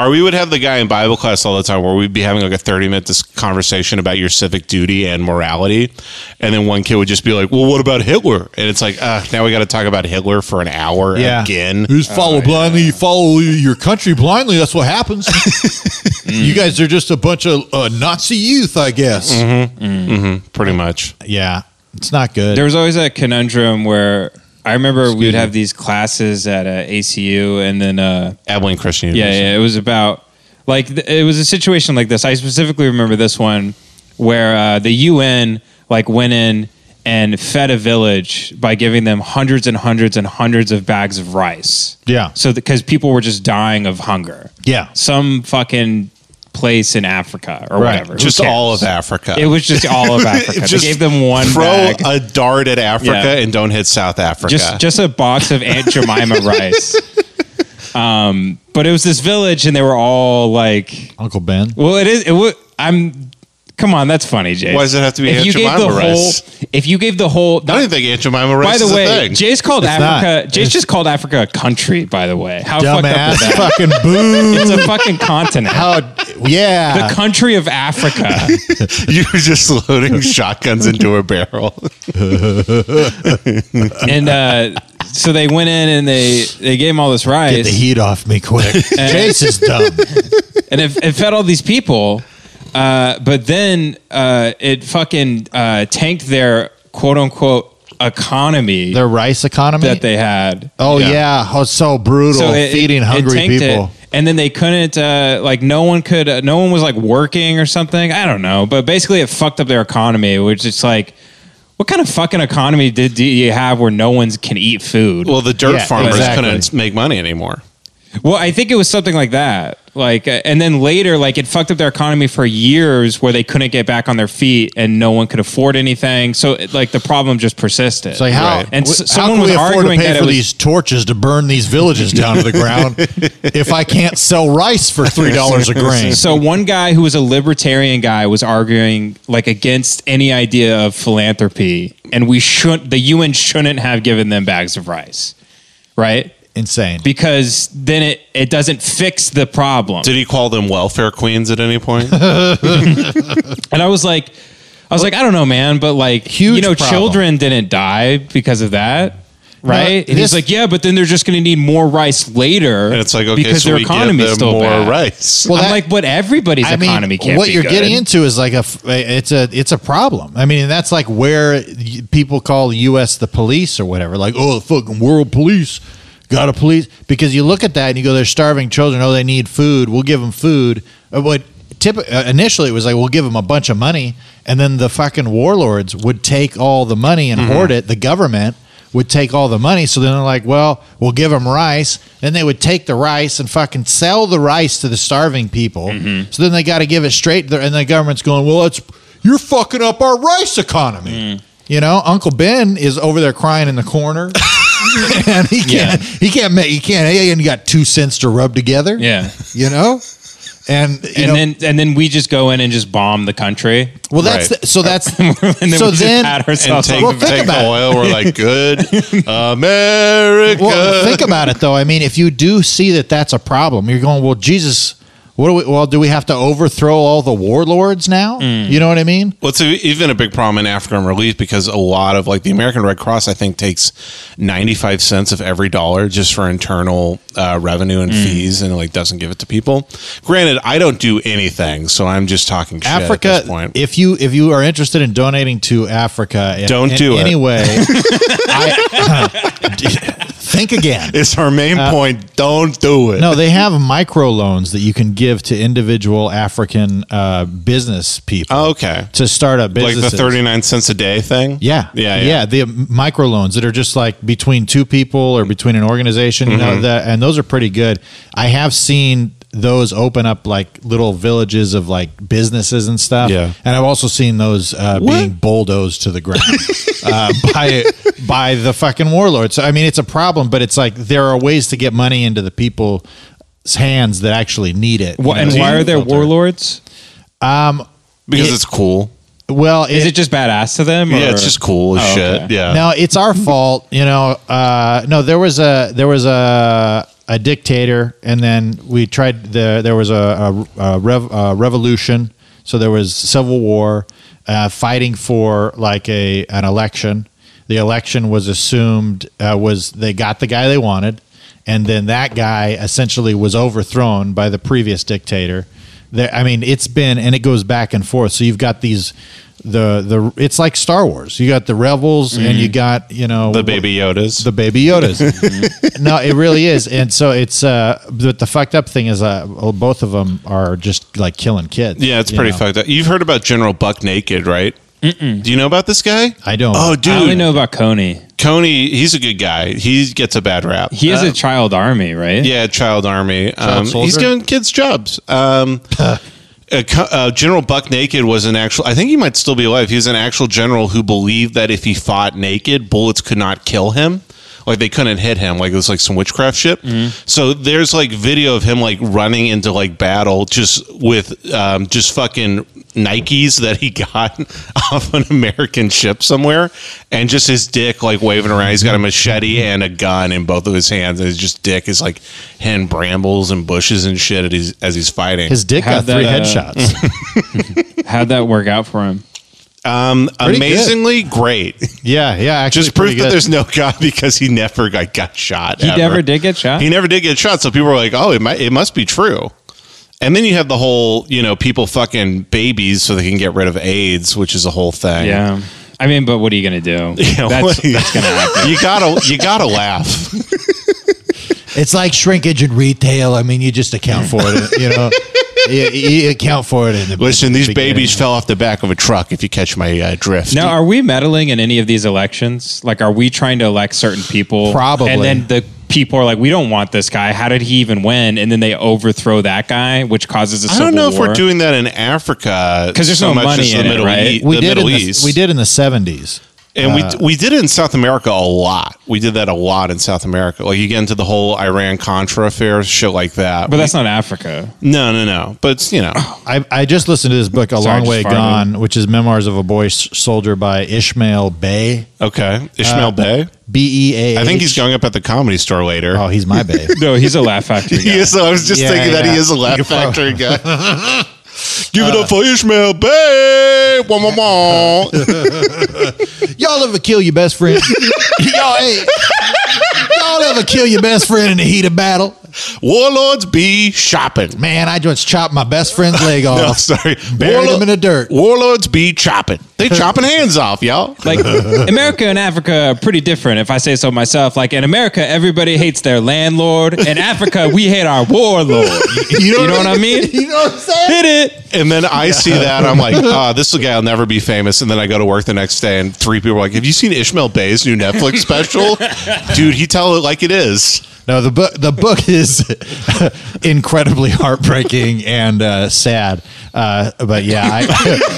or we would have the guy in Bible class all the time where we'd be having like a 30 minute dis- conversation about your civic duty and morality. And then one kid would just be like, well, what about Hitler? And it's like, uh, now we got to talk about Hitler for an hour again. You just follow blindly. You follow your country blindly. That's what happens. Mm. you guys are just a bunch of uh, Nazi youth, I guess. Mm-hmm. Pretty much. Yeah, it's not good. There was always a conundrum where I remember we'd have these classes at uh, ACU and then. Uh, Abilene Christian Yeah, University. yeah. It was about like th- it was a situation like this. I specifically remember this one where uh, the UN like went in and fed a village by giving them hundreds and hundreds and hundreds of bags of rice. Yeah. So because people were just dying of hunger. Yeah. Some fucking place in Africa or Right. whatever. Who Just cares? all of Africa. It was just all of Africa. Just they gave them one throw bag. a dart at Africa Yeah. and don't hit South Africa. just just a box of Aunt Jemima rice. Um, but it was this village, and they were all like, Uncle Ben. "Well, it is. It would. I'm. Come on, that's funny, Jay. Why does it have to be Aunt Jemima the rice? whole, if you gave the whole, I don't even think Aunt Jemima race by the is a way, thing. Jay's called It's not. Africa. Jay's It's- just called Africa a country. By the way, how fucked up is Dumbass that? fucking boo. It's a fucking continent. How, yeah. the country of Africa. you were just loading shotguns into a barrel. and uh, so they went in and they they gave him all this rice. Get the heat off me quick. Chase is dumb. and it, it fed all these people. Uh, but then uh, it fucking uh, tanked their quote unquote economy Their rice economy. that they had. oh, yeah. Oh, it's so brutal. So it- Feeding it- it hungry tanked it, people. and then they couldn't, uh, like, no one could, uh, no one was like working or something. I don't know. But basically, it fucked up their economy, which is like, what kind of fucking economy did, do you have where no one can eat food? Well, the dirt Yeah, farmers exactly. couldn't make money anymore. Well, I think it was something like that. Like, uh, and then later, like it fucked up their economy for years, where they couldn't get back on their feet, and no one could afford anything. So, it- like, the problem just persisted. It's like how And wh- s- how someone can was we afford to arguing pay that for it was. these torches to burn these villages down to the ground if I can't sell rice for three dollars a grain? So one guy who was a libertarian guy was arguing like against any idea of philanthropy, and we should the UN shouldn't have given them bags of rice, right? Insane. Because then it it doesn't fix the problem. Did he call them welfare queens at any point? And I was like, I was like, I don't know, man, but like, Huge you know, problem. children didn't die because of that, right? and this- he's like, yeah, but then they're just going to need more rice later. And it's like, okay, so we give them more rice. Well, I'm that- like, but everybody's I mean, economy can't. what be you're good. getting into is like a f- it's a it's a problem. I mean, and that's like where y- people call the U.S. the police or whatever. Like, oh, the fucking world police got a police because you look at that and you go, they're starving children. Oh, they need food. We'll give them food. Uh, But typ- uh, initially, it was like we'll give them a bunch of money, and then the fucking warlords would take all the money Mm-hmm. and hoard it. The government. Would take all the money, so then they're like, "Well, we'll give them rice." Then they would take the rice and fucking sell the rice to the starving people. Mm-hmm. So then they got to give it straight, there, and the government's going, "Well, it's you're fucking up our rice economy." Mm. You know, Uncle Ben is over there crying in the corner, and he can't. He can't make. He can't. He ain't got two cents to rub together. yeah. You know, and you And know, then and then we just go in and just bomb the country. well, that's Right. the, so that's and then so we just then pat and ourselves on take, Well, the- think take the about it. oil. We're like, good America. Well, think about it though. I mean, if you do see that that's a problem, you're going, well, Jesus, What do we? Well, do we have to overthrow all the warlords now? Mm. You know what I mean? Well, it's a, even a big problem in African relief because a lot of like the American Red Cross, I think, takes 95 cents of every dollar just for internal uh, revenue and fees and like doesn't give it to people. Granted, I don't do anything, so I'm just talking shit Africa, at this Africa. point. If you if you are interested in donating to Africa, in, Don't in do it. any way. I- think again. it's our main point. Don't do it. No, they have microloans that you can give to individual African uh, business people Okay. to start up Oh, Like businesses. the 39 cents a day thing? Yeah. Yeah. yeah, The microloans that are just like between two people or between an organization, you Mm-hmm. know, that, and those are pretty good. I have seen those open up like little villages of like businesses and stuff. Yeah. And I've also seen those uh, being bulldozed to the ground uh, by by the fucking warlords. So, I mean, it's a problem, but it's like there are ways to get money into the people's hands that actually need it. Wha- you and know, why to are there filter. warlords? Because It- it's cool. Well, Is it just badass to them? Yeah, or- it's just cool as Oh, shit. okay. Yeah. No, it's our fault. You know, uh, no, there was a there was a a dictator, and then we tried the there was a, a, a, rev, a revolution. So there was civil war, uh, fighting for like a an election. The election was assumed uh, was they got the guy they wanted, and then that guy essentially was overthrown by the previous dictator. There, I mean, it's been and it goes back and forth. So you've got these the the it's like Star Wars. You got the rebels and you got you know Mm-hmm. The Mm-hmm. baby Yodas. the baby Yodas. no, it really is. And so it's uh, but the fucked up thing is uh, well, both of them are just like killing kids. Yeah, it's you pretty know? fucked up. You've heard about General Buck Naked, right? Do you know about this guy? I don't. Oh, dude, I only know about Coney. Coney, he's a good guy. He gets a bad rap. He has Uh, a child army, right? yeah, child army. um, he's soldier? doing kids' jobs. Um, uh, Co- uh, general Buck Naked was an actual. I think he might still be alive. He was an actual general who believed that if he fought naked, bullets could not kill him. Like they couldn't hit him. Like it was like some witchcraft shit. So there's like video of him like running into like battle just with um, just fucking Nikes that he got off an American ship somewhere, and just his dick like waving around. He's got a machete and a gun in both of his hands, and his just dick is like hitting brambles and bushes and shit as he's, as he's fighting. His dick How'd got three that, uh, headshots. How'd that work out for him? Pretty good. Amazingly great. yeah, yeah. Actually, Just proof pretty that good. there's no God because he never got, got shot. He ever. never did get shot. He never did get shot. So people were like, "Oh, it might, it must be true." And then you have the whole, you know, people fucking babies so they can get rid of AIDS, which is a whole thing. yeah. I mean, but what are you gonna do? You know, that's, that's gonna happen. You gotta, you gotta laugh. It's like shrinkage in retail. I mean, you just account for it. You know, you, you account for it. In the Listen, these beginning. babies fell off the back of a truck. If you catch my uh, drift, Now, are we meddling in any of these elections? Like, are we trying to elect certain people? Probably. And then the people are like, we don't want this guy. How did he even win? And then they overthrow that guy, which causes a I civil don't know if we're war. doing that in Africa 'Cause there's so no much money as the in it, Middle, right? E- we the did Middle in the, East. We did in the seventies. And Uh. we we did it in South America a lot. We did that a lot in South America. Like you get into the whole Iran Contra affair, shit like that. But that's not Africa. no, no, no. But it's, you know, I, I just listened to this book, A Sorry, Long just Way farted. Gone, which is Memoirs of a Boy S- Soldier by Ishmael Bay. okay, Ishmael Uh, Bey. B E A. I think he's going up at the comedy store later. Oh, he's my babe. No, he's a laugh factory. He Guy. is- I was just Yeah, thinking that yeah. Uh. he is a laugh You're prob- factory guy. Give it up for Ishmael Bey. Wah, wah, wah. Y'all ever kill your best friend? Y'all, hey, y'all ever kill your best friend in the heat of battle? Warlords be shopping. Man, I just chopped my best friend's leg off. No, sorry. Oh, Buried him in the dirt. Warlords be chopping. They chopping hands off, y'all. Like America and Africa are pretty different, if I say so myself. Like in America, everybody hates their landlord. In Africa, we hate our warlord. You know, what I mean? You know what I'm saying? Hit it. And then I see that I'm like, ah, this guy will never be famous. And then I go to work the next day, and three people are like, "Have you seen Ishmael Bey's new Netflix special, dude? He tell it like it is." No, the book the book is incredibly heartbreaking and uh, sad. Uh, but yeah,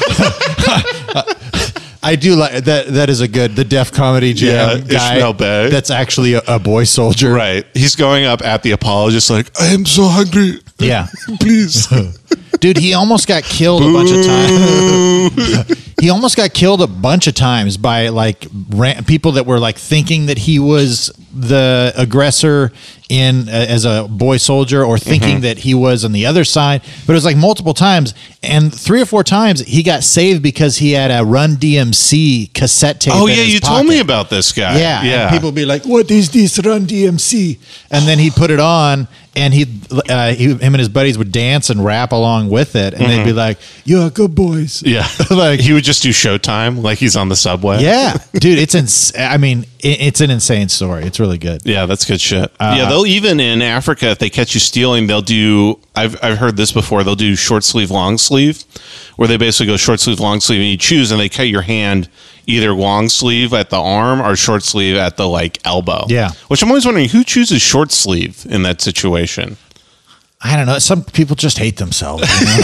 I, I do like that. That is a good the deaf comedy jam Yeah, guy. Ishmael Bey. That's actually a, a boy soldier. Right? He's going up at the apologist, like, "I am so hungry, Yeah, please." dude, he almost got killed a bunch of times. he almost got killed a bunch of times by like ran- people that were like thinking that he was the aggressor in uh, as a boy soldier or thinking Mm-hmm. that he was on the other side. But it was like multiple times, and three or four times he got saved because he had a Run DMC cassette tape. Oh in yeah, his you told me pocket. about this guy. Yeah, yeah. And people would be like, "What is this Run DMC?" And then he'd put it on, and he, uh, he, him and his buddies would dance and rap along with it, and they'd be like, "You're good boys." Mm-hmm. yeah, Like- like he would just do Showtime, like he's on the subway. Yeah, dude, it's ins- I mean, it, it's an insane story. It's really good. Yeah, that's good shit. yeah, they'll even in Africa if they catch you stealing, they'll do. I've I've heard this before. They'll do short sleeve, long sleeve, where they basically go short sleeve, long sleeve, and you choose, and they cut your hand either long sleeve at the arm or short sleeve at the like elbow. Yeah. which I'm always wondering who chooses short sleeve in that situation. I don't know. Some people just hate themselves. you know?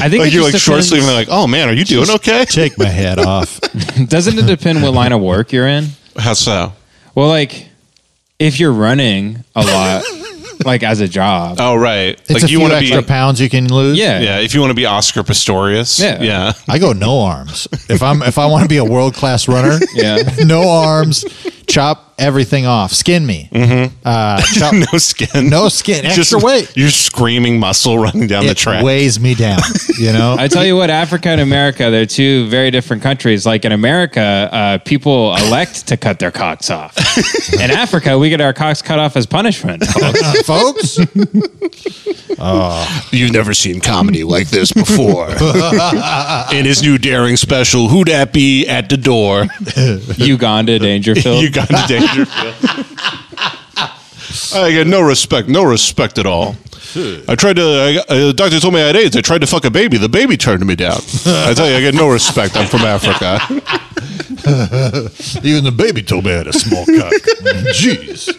I think Like it you're just like short depends- sleeve, and they're like, "Oh man, are you doing okay?" Take my head off. Doesn't it depend what line of work you're in? How so? Well, like if you're running a lot, like as a job, Oh right, It's like a you few want to extra be. pounds you can lose. yeah, Yeah, if you want to be Oscar Pistorius, Yeah. yeah, I go no arms. If I'm if I want to be a world class runner, Yeah. no arms. Chop everything off. Skin me. Uh, chop, Mm-hmm. no skin, no skin. Extra Just- weight. You're screaming muscle running down the It track. weighs me down. You know. I tell you what, Africa and America, they're two very different countries. Like in America, uh, people elect to cut their cocks off. in Africa, we get our cocks cut off as punishment. Uh, folks. You've never seen comedy like this before. In his new daring special, Who Dat Be at the Door? Uganda, Dangerfield. You got to Dangerfield. I got no respect, no respect at all. I tried to, I, got- uh, the doctor told me I had AIDS. I tried to fuck a baby. The baby turned me down. I tell you, I get no respect. I'm from Africa. Even the baby told me I had a small cock. Jeez.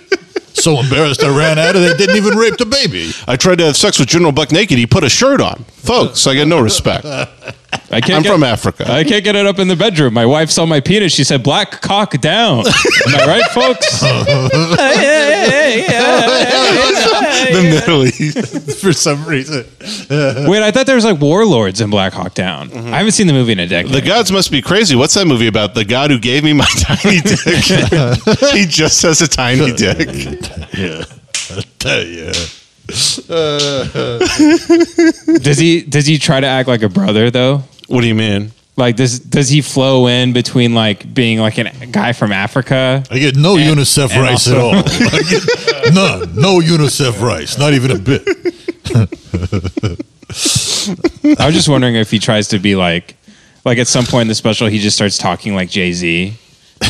So embarrassed I ran out of they didn't even rape the baby. I tried to have sex with General Buck naked. He put a shirt on. Folks, I get no respect. I can't I'm get- from Africa. I can't get it up in the bedroom. My wife saw my penis. She said, "Black cock down." Am I right, folks? the Middle East. For some reason. Wait, I thought there was like warlords in Black Hawk Down. I haven't seen the movie in a decade. The gods must be crazy. What's that movie about? The god who gave me my tiny dick. he just has a tiny dick. Yeah. I tell you. does he does he try to act like a brother though? What do you mean? Like does does he flow in between like being like an, a guy from Africa? I get no UNICEF rice at all. I get none. No UNICEF rice. Not even a bit. I was just wondering if he tries to be like like at some point in the special he just starts talking like Jay Z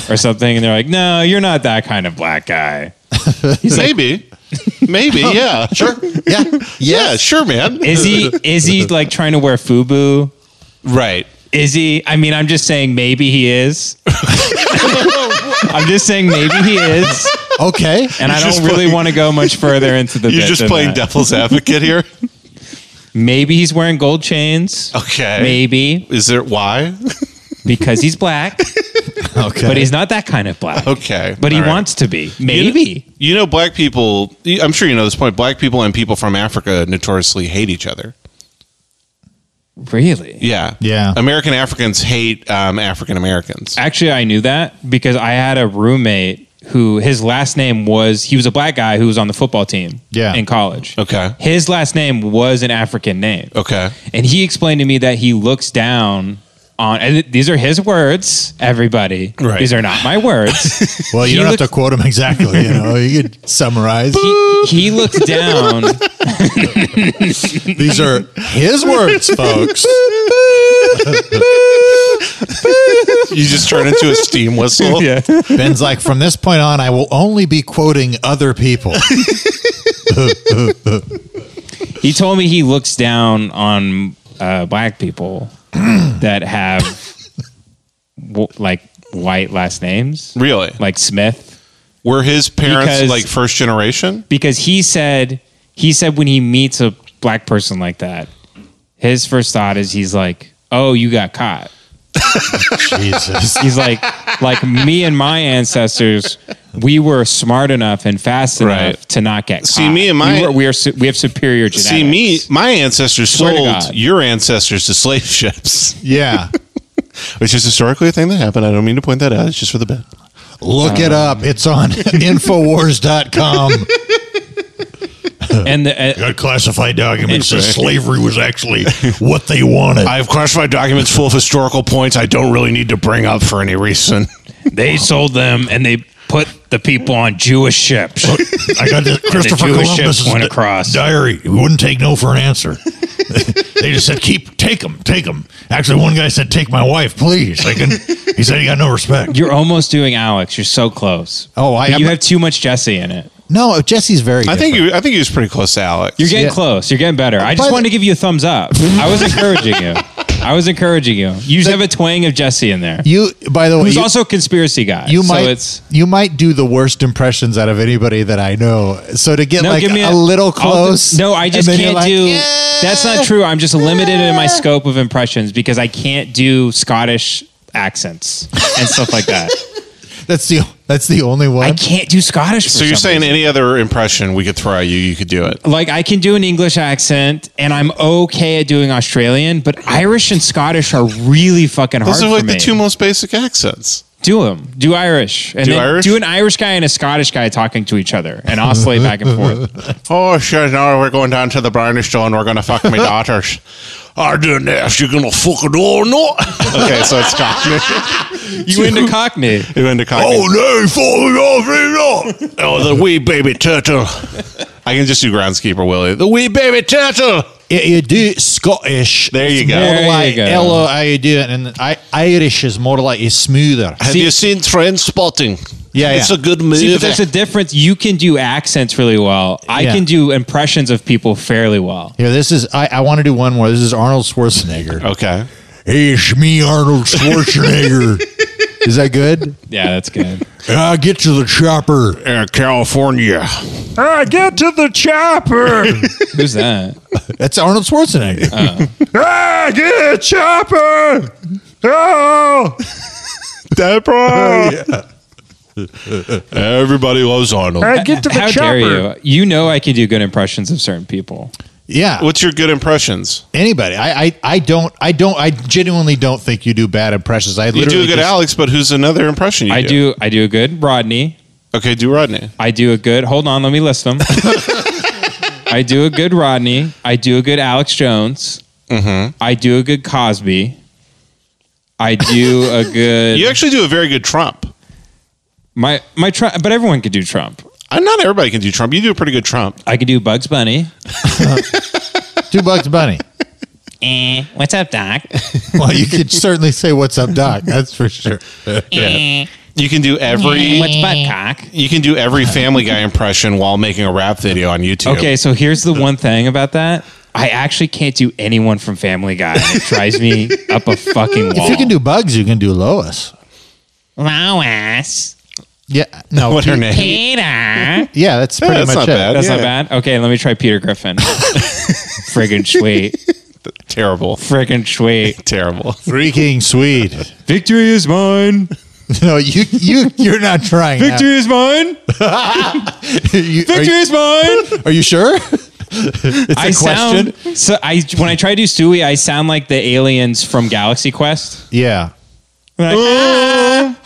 or something, and they're like, "No, you're not that kind of black guy." Maybe. Maybe, yeah. Sure. Yeah. Yeah, sure, man. Is he is he like trying to wear FUBU? Right. Is he? I mean, I'm just saying maybe he is. I'm just saying maybe he is. Okay. And I You're don't just really playing- want to go much further into the. You're bit just than playing that. devil's advocate here. Maybe he's wearing gold chains. Okay. Maybe Is there why? because he's black, Okay. but he's not that kind of black. Okay. But he All right. wants to be. You kn- Maybe. You know, black people, I'm sure you know this point, black people and people from Africa notoriously hate each other. Really? Yeah. Yeah. Um, American Africans hate um, African Americans. Actually, I knew that because I had a roommate who his last name was he was a black guy who was on the football team Yeah. in college. Okay. Oh. His last name was an African name. Okay. And he explained to me that he looks down on and th- these are his words, everybody. Right. These are not my words. well, you He don't looks- have to quote him exactly. You know, you could summarize. he, he looks down These are his words, folks. You just turn into a steam whistle. yeah. Ben's like, from this point on, I will only be quoting other people. He told me he looks down on uh, black people that have w- like white last names, Really? like Smith, Were his parents Because- like first generation? because he said he said when he meets a black person like that, his first thought is he's like, "Oh, you got caught." Jesus. He's like, like me and my ancestors, we were smart enough and fast enough Right. to not get caught. See, me and my- we, were, we are su- we have superior genetics. See, me, my ancestors Swear to sold God. your ancestors to slave ships, Yeah. which is historically a thing that happened. I don't mean to point that out. It's just for the bit. Look it Um, up. It's on Infowars.com. and the, uh, Got classified documents that slavery was actually what they wanted. I have classified documents full of historical points I don't really need to bring up for any reason. they sold them and they put the people on Jewish ships. I got this, Christopher Jewish ships Columbus went across. diary. He wouldn't take no for an answer. they just said, "Keep, take him, take him." Actually, one guy said, "Take my wife, please." I can. He said he got no respect. You're almost doing Alex. You're so close. Oh, I- But you I'm- have too much Jesse in it. No, Jesse's very. I think you. I think he was pretty close to Alex. You're getting Yeah. close. You're getting better. I just But- wanted to give you a thumbs up. I was encouraging you. I was encouraging you. You just have a twang of Jesse in there. you. By the way, Who's you, also a conspiracy guy. you so might It's, you might do the worst impressions out of anybody that I know. So to get no, like give me a, little close. no, I and just then you're can't like, do. "Yeah." That's not true. I'm just limited in my scope of impressions because I can't do Scottish accents and stuff like that. That's the that's the only I one. can't do Scottish. so you're saying any other impression we could throw at you, you could do it. like I can do an English accent and I'm okay at doing Australian, but Irish and Scottish are really fucking hard Those are for like me. the two most basic accents. do them. Do Irish and Do then Irish? do an Irish guy and a Scottish guy talking to each other and oscillate back and forth. Oh sure, now we're going down to the brownie store and we're gonna fuck my daughters. I don't know if you're gonna fuck it or not. okay, so it's Cockney. You into Cockney? You into Cockney? Oh, no, falling off, Oh, the wee baby turtle. I can just do groundskeeper Willie. The wee baby turtle. You, you do Scottish. There you it's go. More There you like go. hello, how you doing? And I, Irish is more like it's smoother. Have you seen Train Spotting? Yeah, it's yeah. a good movie. See, but there's a difference. You can do accents really well. I Yeah. can do impressions of people fairly well. Here, this is. I, I want to do one more. This is Arnold Schwarzenegger. okay. Hey, it's me, Arnold Schwarzenegger. is that good? Yeah, that's good. I get to the chopper. Uh, California. I get to the chopper. Who's that? That's Arnold Schwarzenegger. Uh, I get a chopper. Oh, Deborah. Everybody loves Arnold. get to How dare you? You know I can do good impressions of certain people. Yeah. What's your good impressions? anybody. I, I I don't I don't I genuinely don't think you do bad impressions. I You literally do a good just- Alex, but who's another impression you I do? do. I do a good Rodney. Okay, do Rodney. I do a good. Hold on, let me list them. I do a good Rodney. I do a good Alex Jones. I do a good Cosby. I do a good You actually do a very good Trump. my my Trump, but everyone could do Trump. Uh, Not everybody can do Trump. You do a pretty good Trump. I could do Bugs Bunny. Two bucks bunny. Eh, what's up, Doc? well, you could certainly say what's up, Doc. That's for sure. Yeah. You can do every what's butt cock? you can do every Family Guy impression while making a rap video on YouTube. Okay, so here's the one thing about that. I actually can't do anyone from Family Guy. It drives me up a fucking wall. If you can do Bugs, you can do Lois. Lois, Yeah. No. What's her name? Peter, Yeah, that's pretty that's much not it. bad. That's not Yeah. bad. Okay, let me try Peter Griffin. Friggin' sweet. Terrible. Friggin' sweet. Terrible. Freaking sweet. Victory is mine. No, you you you're not trying. that. Victory is mine. You- are, Victory you, is mine. are you sure? it's a I sound so. I when I try to do Stewie, I sound like the aliens from Galaxy Quest. Yeah. Like,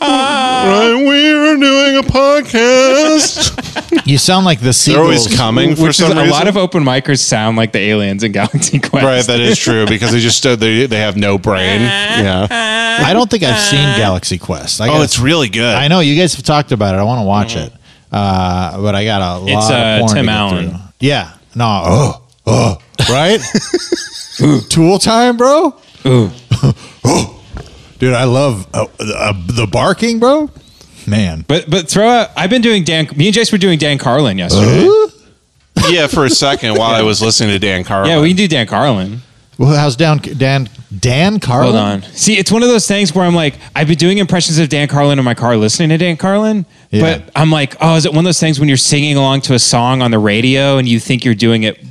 Right, we are doing a podcast. You sound like the They're seagulls. always coming for which is some a reason. lot of open micers sound like the aliens in Galaxy Quest. right, that is true because they just uh, they they have no brain. Yeah. I don't think I've seen Galaxy Quest. I Oh, gotta- it's really good. I know you guys have talked about it. I want to watch it, uh, but I got a lot. Mm-hmm. It's, uh, of porn to Tim get Allen. through. Yeah. No. Oh. Oh. Right. Tool time, bro. Ooh. oh. Dude, I love uh, uh, the barking, bro. Man. But but throw out. I've been doing Dan. Me and Jace were doing Dan Carlin yesterday. Yeah, for a second while I was listening to Dan Carlin. Yeah, we can do Dan Carlin. Well, how's down Dan Dan Carlin? Hold on. See, it's one of those things where I'm like, I've been doing impressions of Dan Carlin in my car listening to Dan Carlin, Yeah. but I'm like, oh, is it one of those things when you're singing along to a song on the radio and you think you're doing it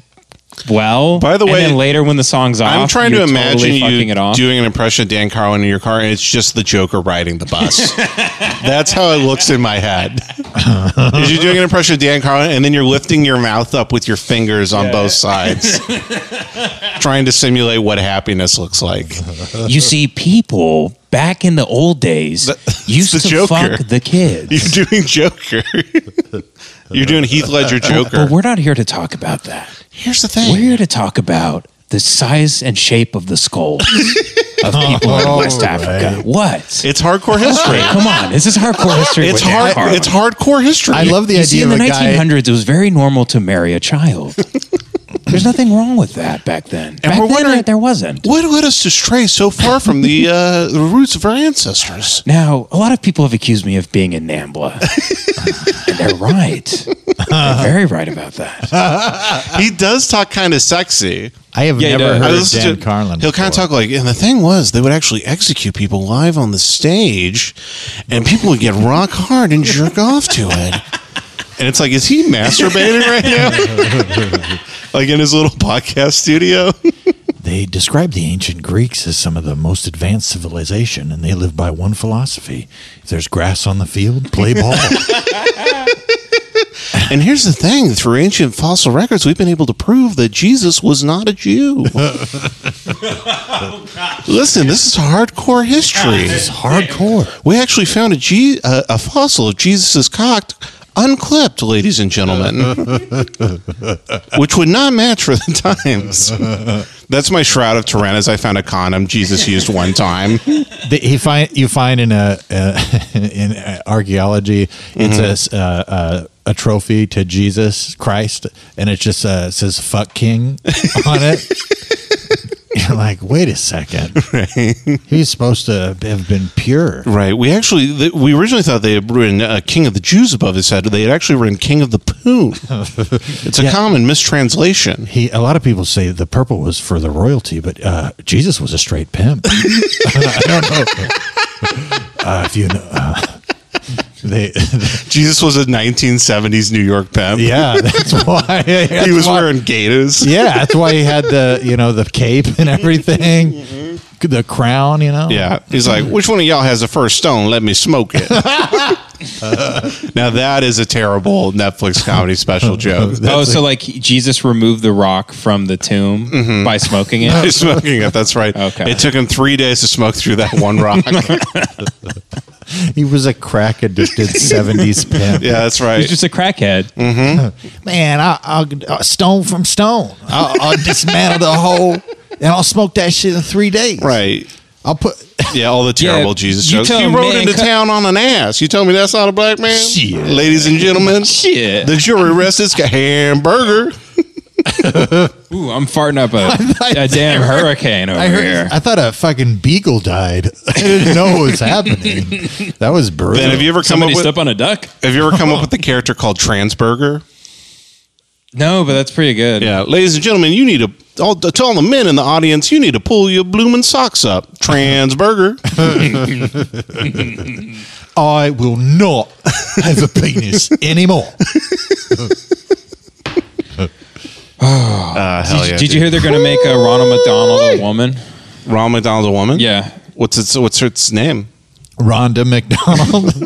well. By the way, and then later when the song's off, I'm trying to you're imagine totally fucking you it off. doing an impression of Dan Carlin in your car, and it's just the Joker riding the bus. That's how it looks in my head. Is you doing an impression of Dan Carlin, and then you're lifting your mouth up with your fingers on both sides, trying to simulate what happiness looks like. you see people back in the old days used the to Joker. fuck the kids, You're doing Joker. you're doing Heath Ledger Joker. but we're not here to talk about that. Here's the thing. We're here to talk about the size and shape of the skulls of people in West Oh, Africa. What? It's hardcore history. Come on, this is hardcore history. It's with Dan hard. Carlin. It's hardcore history. I love the you idea see, in of the a guy. 1900s, it was very normal to marry a child. There's nothing wrong with that back then. back we're then, uh, wondering- there wasn't. What led us to stray so far from the uh, the roots of our ancestors? Now, a lot of people have accused me of being a Nambla. and they're right. They're very right about that. He does talk kind of sexy. I have Yeah, he never does. I heard of listened Dan to- Carlin. He'll kind of before. talk like, and the thing was, they would actually execute people live on the stage, and people would get rock hard and jerk off to it. And it's like, is he masturbating right now? like in his little podcast studio? They describe the ancient Greeks as some of the most advanced civilization, and they live by one philosophy: if there's grass on the field, play ball. And here's the thing through ancient fossil records, we've been able to prove that Jesus was not a Jew. Listen, this is hardcore history. it's hardcore. We actually found a, G- a, a fossil of Jesus' cock unclipped, ladies and gentlemen, which would not match for the times. That's my shroud of Tyrannus. I found a condom Jesus used one time. The, he find you find in a uh, in uh, archaeology, it's a s- uh, uh, a trophy to Jesus Christ, and it just uh, says "fuck King" on it. You're like, wait a second. He's supposed to have been pure. Right. We actually, th- we originally thought they had written uh, King of the Jews above his head. They had actually written King of the Poon. It's a common mistranslation. He. A lot of people say the purple was for the royalty, but uh, Jesus was a straight pimp. I don't know. Uh, if you know, uh, they, Jesus was a 1970s New York pimp. yeah, that's why He was wearing gaiters. yeah, that's why he had the you know the cape and everything, the crown. You know. Mm-hmm. Yeah. He's like, which one of y'all has the first stone? Let me smoke it. now, that is a terrible Netflix comedy special joke. oh, so like Jesus removed the rock from the tomb Mm-hmm. by smoking He's it? smoking it. That's right. Okay. It took him three days to smoke through that one rock. He was a crack addicted seventies pimp. yeah, that's right. He's just a crackhead. Mm. Man, I, I'll, uh, stone from stone. I'll, I'll dismantle the whole, and I'll smoke that shit in three days. right. I'll put. Yeah, all the terrible Yeah, Jesus you jokes. tell He him, rode man, into cut- town on an ass. You tell me that's not a black man? Ladies and gentlemen, Shit. the jury rests its hamburger. Ooh, I'm farting up a, a damn hurricane over I here. heard. I thought a fucking beagle died. I didn't know what was happening. That was brutal. Then have you ever come Somebody up with step on a duck? have you ever come up with a character called Transburger? No, but that's pretty good. Yeah, ladies and gentlemen, you need to all to all the men in the audience, you need to pull your blooming socks up. Transburger. I will not have a penis anymore. Uh, Did, you- did you hear they're going to make a Ronald McDonald a woman? Ron McDonald's a woman? Yeah. What's its what's its name? Rhonda McDonald.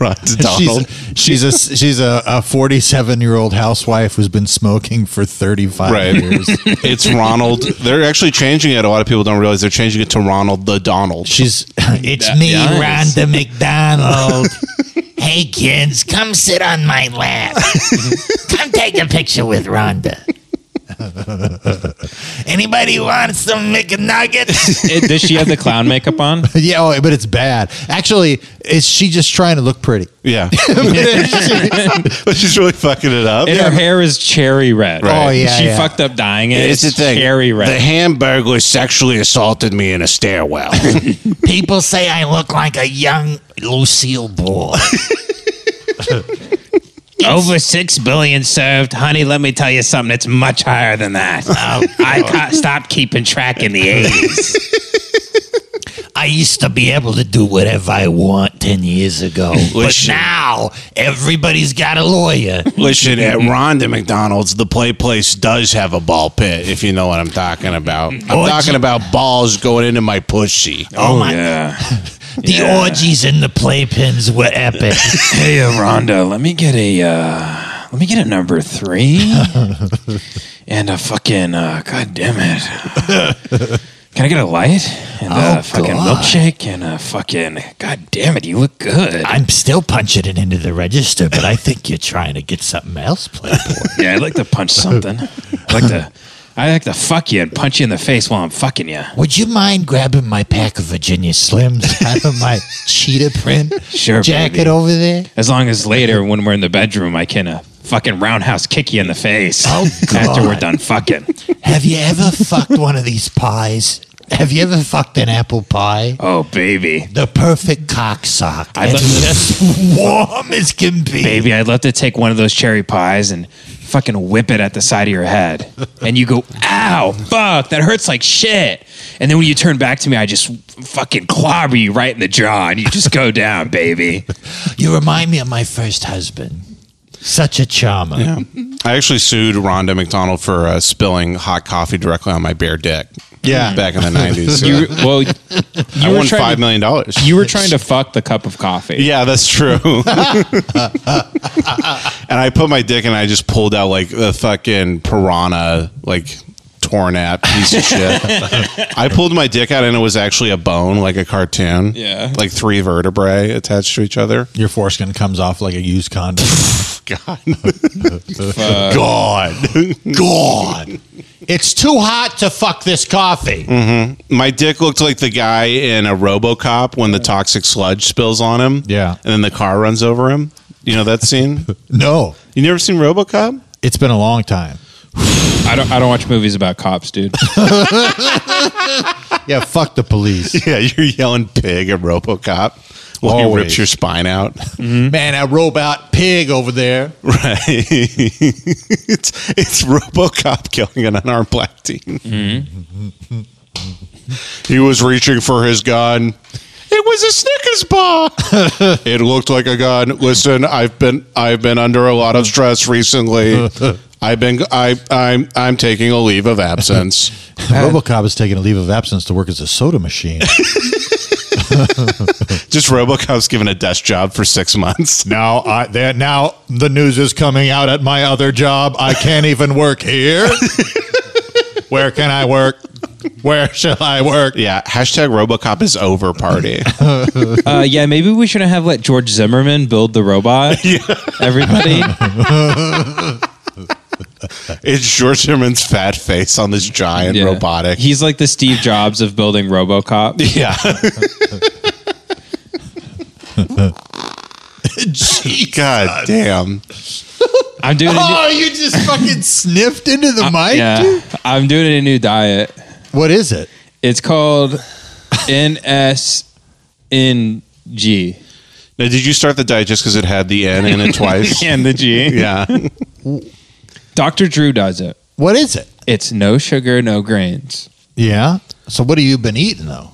Ron McDonald. She's she's a she's a, a 47 year old housewife who's been smoking for 35 Right. years. it's Ronald. They're actually changing it. A lot of people don't realize they're changing it to Ronald the Donald. She's it's That- me, nice. Rhonda McDonald. Hey kids, come sit on my lap. come take a picture with Rhonda. Anybody wants some McNuggets? It- does she have the clown makeup on? yeah, oh, but it's bad. Actually, is she just trying to look pretty? yeah. but she's really fucking it up. And her hair is cherry red. Right. Oh, yeah, She yeah. fucked up dyeing it. It's, cherry The red. hamburger sexually assaulted me in a stairwell. People say I look like a young Lucille Ball. Over six billion served, honey. Let me tell you something. It's much higher than that. I ca- stopped keeping track in the eighties. I I used to be able to do whatever I want 10 years ago. but Listen. now everybody's got a lawyer. Listen, at Ronda McDonald's, the play place does have a ball pit, if you know what I'm talking about. I'm Oh, talking about balls going into my pussy. Oh, my. yeah. The orgies in the playpens were epic. Hey, uh, Rhonda, let me get a uh, let me get a number three and a fucking uh, god damn it. Can I get a light and a Oh, fucking God. milkshake and a fucking god damn it? You look good. I'm still punching it into the register, but I think you're trying to get something else played. yeah, I'd like to punch something. I'd like to. I like to fuck you and punch you in the face while I'm fucking you. Would you mind grabbing my pack of Virginia Slims out of my cheetah print Sure, jacket baby. over there? As long as later, when we're in the bedroom, I can uh, fucking roundhouse kick you in the face Oh, after we're God. done fucking. Have you ever fucked one of these pies? Have you ever fucked an apple pie? Oh, baby. The perfect cock sock. I'd and love to- just warm as can be. baby, I'd love to take one of those cherry pies and fucking whip it at the side of your head. And you go, ow, fuck, that hurts like shit. And then when you turn back to me, I just fucking clobber you right in the jaw and you just go down, baby. You remind me of my first husband. Such a charmer. I actually sued Rhonda McDonald for uh, spilling hot coffee directly on my bare dick. Yeah. Back in the 90s. You, well, you I were won trying $5 to- million. dollars. You were trying to fuck the cup of coffee. Yeah, that's true. and I put my dick and I just pulled out like the fucking piranha, like torn at piece of shit. I pulled my dick out and it was actually a bone, like a cartoon. Yeah. Like three vertebrae attached to each other. Your foreskin comes off like a used condom. God. God. God. It's too hot to fuck this coffee. Mm. My dick looked like the guy in a Robocop when the toxic sludge spills on him. Yeah. And then the car runs over him. You know that scene? No. you never seen Robocop? It's been a long time. I don't, I don't watch movies about cops, dude. Yeah, fuck the police. Yeah, you're yelling pig at Robocop while he Always. rips your spine out. Man, that robot pig over there. Right. it's it's RoboCop killing an unarmed black teen. Mm-hmm. he was reaching for his gun. It was a Snickers bar. it looked like a gun. Listen, I've been I've been under a lot of stress recently. I've been I I'm I'm taking a leave of absence. Robocop is taking a leave of absence to work as a soda machine. Just RoboCop's given a desk job for six months. now, I, there, now the news is coming out at my other job. I can't even work here. Where can I work? Where shall I work? Yeah. Hashtag RoboCop is over party. Uh, yeah, maybe we shouldn't have let George Zimmerman build the robot. Everybody. it's George Sherman's fat face on this giant Yeah. robotic. He's like the Steve Jobs of building RoboCop. Yeah. God damn. I'm doing Oh, Oh, a new, you just fucking sniffed into the mic, Uh, yeah, I'm doing a new diet. What is it? It's called NSNG. Now, did you start the diet just because it had the N in it twice? And the G. yeah. Dr. Drew does it. What is it? It's no sugar, no grains. Yeah. So what have you been eating though?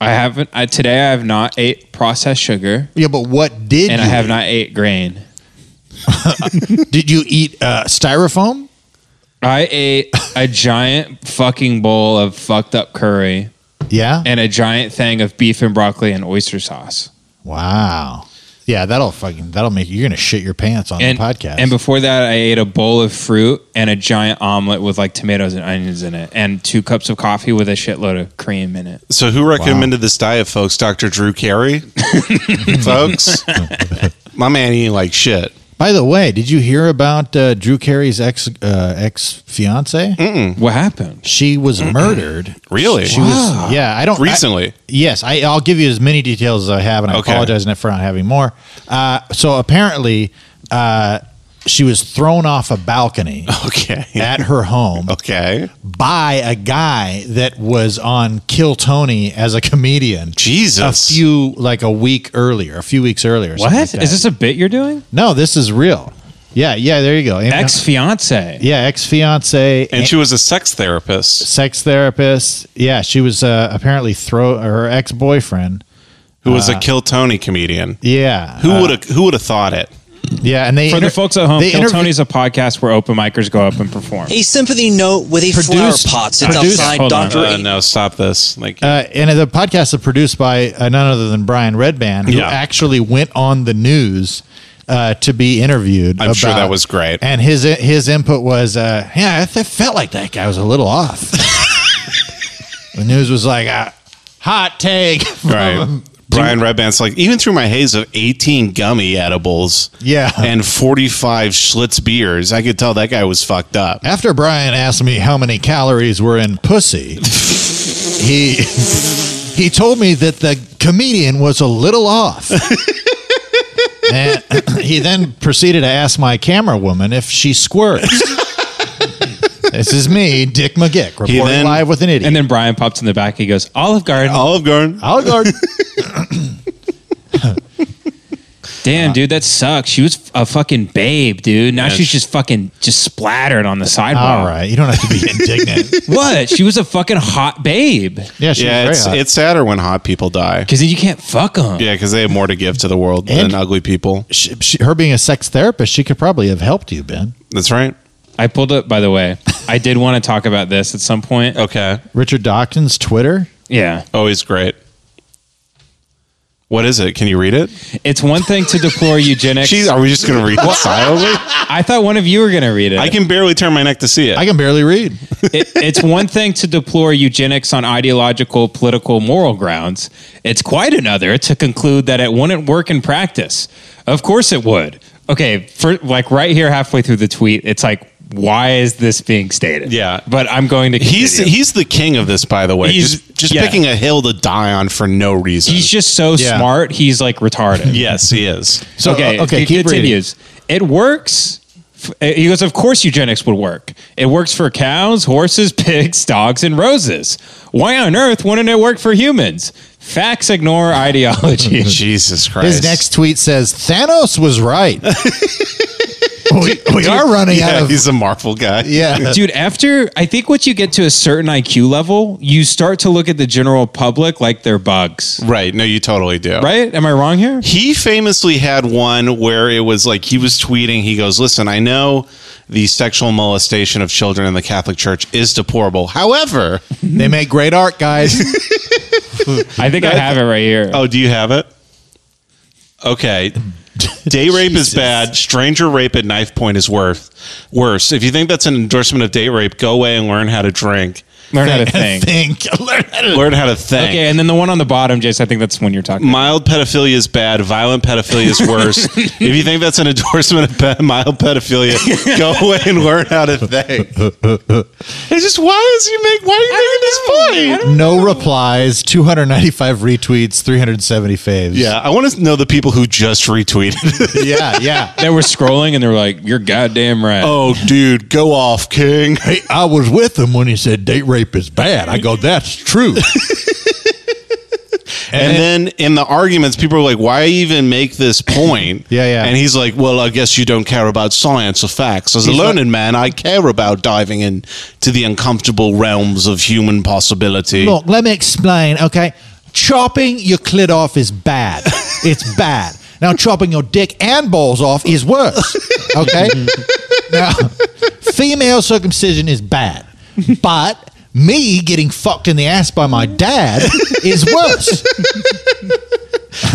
I haven't I today I have not ate processed sugar Yeah, but what did and I you have eat? not ate grain. Did you eat uh, styrofoam? I ate a giant fucking bowl of fucked up curry Yeah. and a giant thing of beef and broccoli and oyster sauce. wow. Yeah, that'll fucking that'll make you're gonna shit your pants on and the podcast. And before that, I ate a bowl of fruit and a giant omelet with like tomatoes and onions in it, and two cups of coffee with a shitload of cream in it. So, who recommended this diet, folks? Dr. Drew Carey? folks? My man eating like shit. By the way, did you hear about uh, Drew Carey's ex uh, ex fiance? What happened? She was murdered. Really? She was. Yeah, I don't. I- Recently? yes, I, I'll give you as many details as I have, and I Okay. apologize in for not having more. Uh, so apparently, uh, she was thrown off a balcony Oh, Okay. at her home Oh. Okay. by a guy that was on Kill Tony as a comedian. Jesus. A few like a week earlier, a few weeks earlier. or something What like is that. this a bit you're doing? No, this is real. Yeah, yeah, there you go. uh, Amy- Ex fiance. yeah, ex fiance And she was a sex therapist sex therapist. Yeah, she was uh, apparently throw her ex boyfriend. who was a Kill Tony comedian. Yeah, Who uh, would have who would have thought it? yeah, and they For inter- the folks at home, they Kill interview- Tony's a podcast where open micers go up and perform. A symphony note with a Produced- flower pot sits produced- outside Hold on. Dr. Uh, A- no, stop this. Like Uh, and the podcast is produced by uh, none other than Brian Redband, who Yeah. actually went on the news uh, to be interviewed. I'm sure that was great. And his his input was, uh, yeah, I th- felt like that guy was a little off. the news was like, uh, hot take. right. Brian Redband's like, even through my haze of 18 gummy edibles Yeah. and 45 Schlitz beers, I could tell that guy was fucked up. After Brian asked me how many calories were in pussy, he he told me that the comedian was a little off. and he then proceeded to ask my camera woman if she squirts. this is me, Dick McGick, reporting then- live with an idiot. And then Brian pops in the back. He goes, Olive Garden. Olive Garden. Olive Garden. Uh, Damn, dude, that sucks. She was a fucking babe, dude. Now she's just fucking just splattered on the sidewalk. All right, you don't have to be indignant. What? She was a fucking hot babe. Yeah, she's Yeah, very it's, hot. it's sadder when hot people die. Because then you can't fuck them. Yeah, because they have more to give to the world And- than ugly people. she, she, her being a sex therapist, she could probably have helped you, Ben. That's right. I pulled up, by the way. I did want to talk about this at some point. Okay. Richard Dawkins' Twitter. Yeah. Always Oh, great. What is it? Can you read it? It's one thing to deplore eugenics. Jeez, are we just going to read it silently? I thought one of you were going to read it. I can barely turn my neck to see it. I can barely read. it. It's one thing to deplore eugenics on ideological, political, moral grounds. It's quite another to conclude that it wouldn't work in practice. Of course it would. Okay, for, like right here, halfway through the tweet, it's like, why is this being stated? Yeah. But I'm going to. he's continue. he's the king of this, by the way. He's- just just yeah. picking a hill to die on for no reason. He's just so Yeah. smart. He's like retarded. yes, he is. So, okay. uh, okay, It keep reading. continues. It works. f- uh, He goes. Of course, eugenics would work. It works for cows, horses, pigs, dogs, and roses. Why on earth wouldn't it work for humans? Facts ignore ideology. Jesus Christ. His next tweet says Thanos was right. we we are running out Yeah, of he's a Marvel guy. yeah. Dude, after I think once you get to a certain IQ level, you start to look at the general public like they're bugs. Right. No, you totally do. Right? Am I wrong here? He famously had one where it was like he was tweeting, he goes, Listen, I know the sexual molestation of children in the Catholic Church is deplorable. However, They make great art, guys. I think I have it right here. oh, do you have it? Okay. Day rape is bad. Stranger rape at knife point is worth worse. If you think that's an endorsement of date rape, go away and learn how to drink. Learn how to think. Think. Learn how to- Learn how to think. Okay, and then the one on the bottom, Jace, I think that's when you're talking. mild pedophilia is bad. Violent pedophilia is worse. if you think that's an endorsement of pe- mild pedophilia, go away and learn how to think. It's just why is you make? Why are you making this point? No replies, 295 retweets, 370 faves. Yeah, I want to know the people who just retweeted. Yeah, yeah. they were scrolling and they were like, "You're goddamn right." oh, dude, go off, King. Hey, I was with him when he said date rape is bad. I go, that's true. And then in the arguments, people are like, "Why even make this point?" Yeah, yeah. And he's like, "Well, I guess you don't care about science or facts. As a learned man, I care about diving into the uncomfortable realms of human possibility." Look, let me explain, okay? Chopping your clit off is bad. It's bad. Now, chopping your dick and balls off is worse, okay? now, female circumcision is bad, but me getting fucked in the ass by my dad is worse.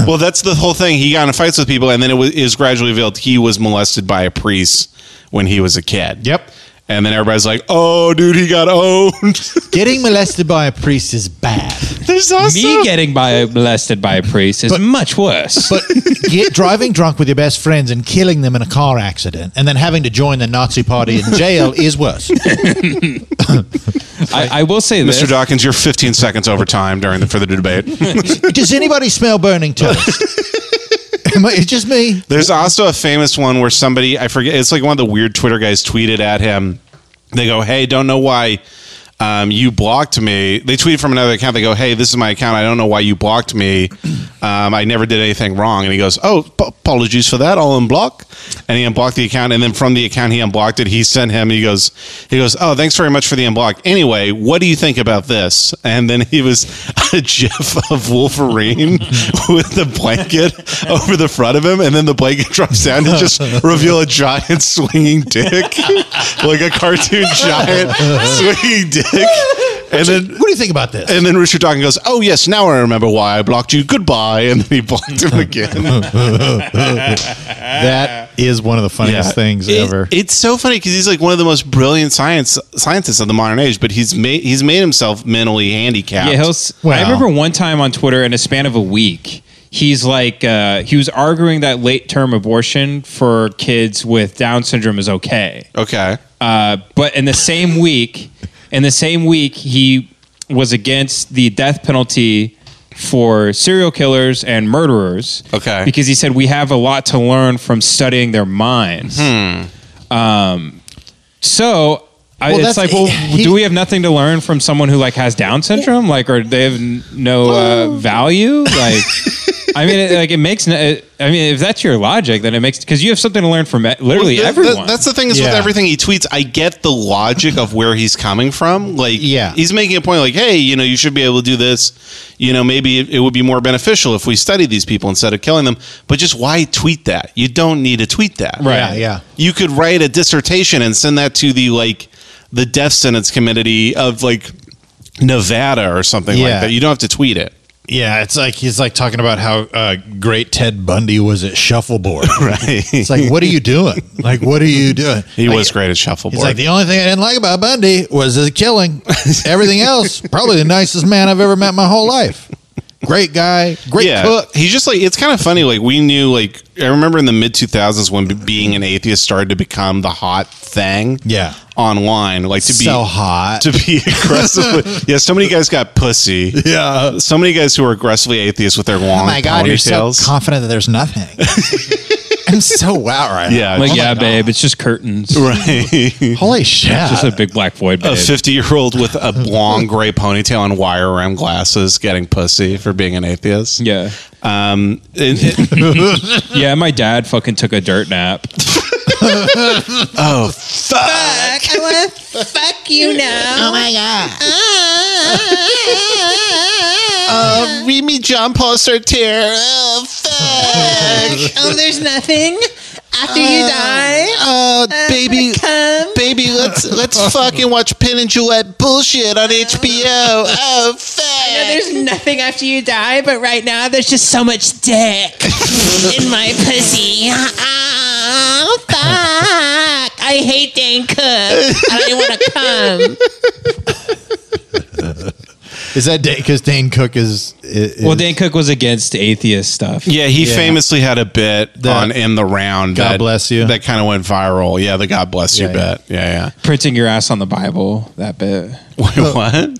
Well, that's the whole thing. He got in fights with people, and then it was, it was gradually revealed he was molested by a priest when he was a kid. Yep. And then everybody's like, "Oh, dude, he got owned." Getting molested by a priest is bad, There's also Me getting by molested by a priest is much worse. but get, driving drunk with your best friends and killing them in a car accident and then having to join the Nazi party in jail is worse. I, I will say this. Mr. Dawkins, you're 15 seconds over time during the for the debate. Does anybody smell burning toast? Am I, it's just me. There's also a famous one where somebody I forget it's like one of the weird Twitter guys tweeted at him. They go, "Hey, don't know why um, you blocked me. They tweeted from another account. They go, hey, this is my account. I don't know why you blocked me. Um, I never did anything wrong. And he goes, oh, p- apologies for that. I'll unblock. And he unblocked the account. And then from the account he unblocked it, he sent him. He goes, he goes, oh, thanks very much for the unblock. Anyway, what do you think about this? And then he was a GIF of Wolverine with the blanket over the front of him, and then the blanket drops down to just reveal a giant swinging dick, like a cartoon giant swinging dick. And then What do you think about this? and then Richard Dawkins goes, "Oh yes, now I remember why I blocked you. Goodbye." And then he blocked him again. that is one of the funniest things It- ever. It's so funny because he's like one of the most brilliant science scientists of the modern age, but he's made he's made himself mentally handicapped. Yeah, he'll. s Wow. I I remember one time on Twitter in a span of a week, he's like uh, he was arguing that late term abortion for kids with Down syndrome is okay, okay. uh, but in the same week, in the same week, he was against the death penalty for serial killers and murderers. Okay. because he said we have a lot to learn from studying their minds. Um, Hmm. so. I, Well, it's that's- like, well, he- do we have nothing to learn from someone who like has Down syndrome? Like, or they have n- no uh, value? Like, I mean, it, like it makes. No, it, I mean, if that's your logic, then it makes because you have something to learn from e- literally Well, th- th- everyone. that's the thing is with Yeah. everything he tweets, I get the logic of where he's coming from. Like, Yeah. he's making a point like, hey, you know, you should be able to do this. You know, maybe it, it would be more beneficial if we study these people instead of killing them. But just why tweet that? You don't need to tweet that. Right. Yeah, yeah. You could write a dissertation and send that to the like the death sentence committee of like Nevada or something Yeah. like that. You don't have to tweet it. Yeah, it's like he's like talking about how uh, great Ted Bundy was at shuffleboard. It's like, what are you doing? Like, what are you doing? He Like, was great at shuffleboard. He's like, the only thing I didn't like about Bundy was his killing. Everything else, probably the nicest man I've ever met in my whole life. Great guy, great cook. He's just like it's kind of funny. Like we knew. Like I remember in the mid two thousands when be- being an atheist started to become the hot thing. Yeah. online. Like to be so hot. To be aggressively, yeah. So many guys got pussy. yeah. So many guys who are aggressively atheists with their long Oh my God, you're so ponytails. confident that there's nothing. I'm so wow right now. yeah, I'm like, oh my yeah, babe, it's just curtains. right. Oh, Holy shit. Just a big black void, babe. A fifty-year-old with a long gray ponytail and wire rim glasses getting pussy for being an atheist. yeah. Um, and- Yeah, my dad fucking took a dirt nap. Oh my god. Ah, Uh, read me John Paul Sartre. Oh, fuck. oh, there's nothing after you die. Oh, baby, Um, baby, let's let's fucking watch Penn and Jillette bullshit on HBO. Oh, fuck. There's nothing after you die, but right now there's just so much dick in my pussy. Oh, fuck. I hate Dan Cook. I don't want to come. Is that because Dane Cook is, is Well, Dan Cook was against atheist stuff. Yeah, he famously had a bit That- on in the round. God that, bless you. That kind of went viral. Yeah, the God bless you Yeah, yeah. bit. Yeah, Printing your ass on the Bible, that bit. yeah. Wait, what?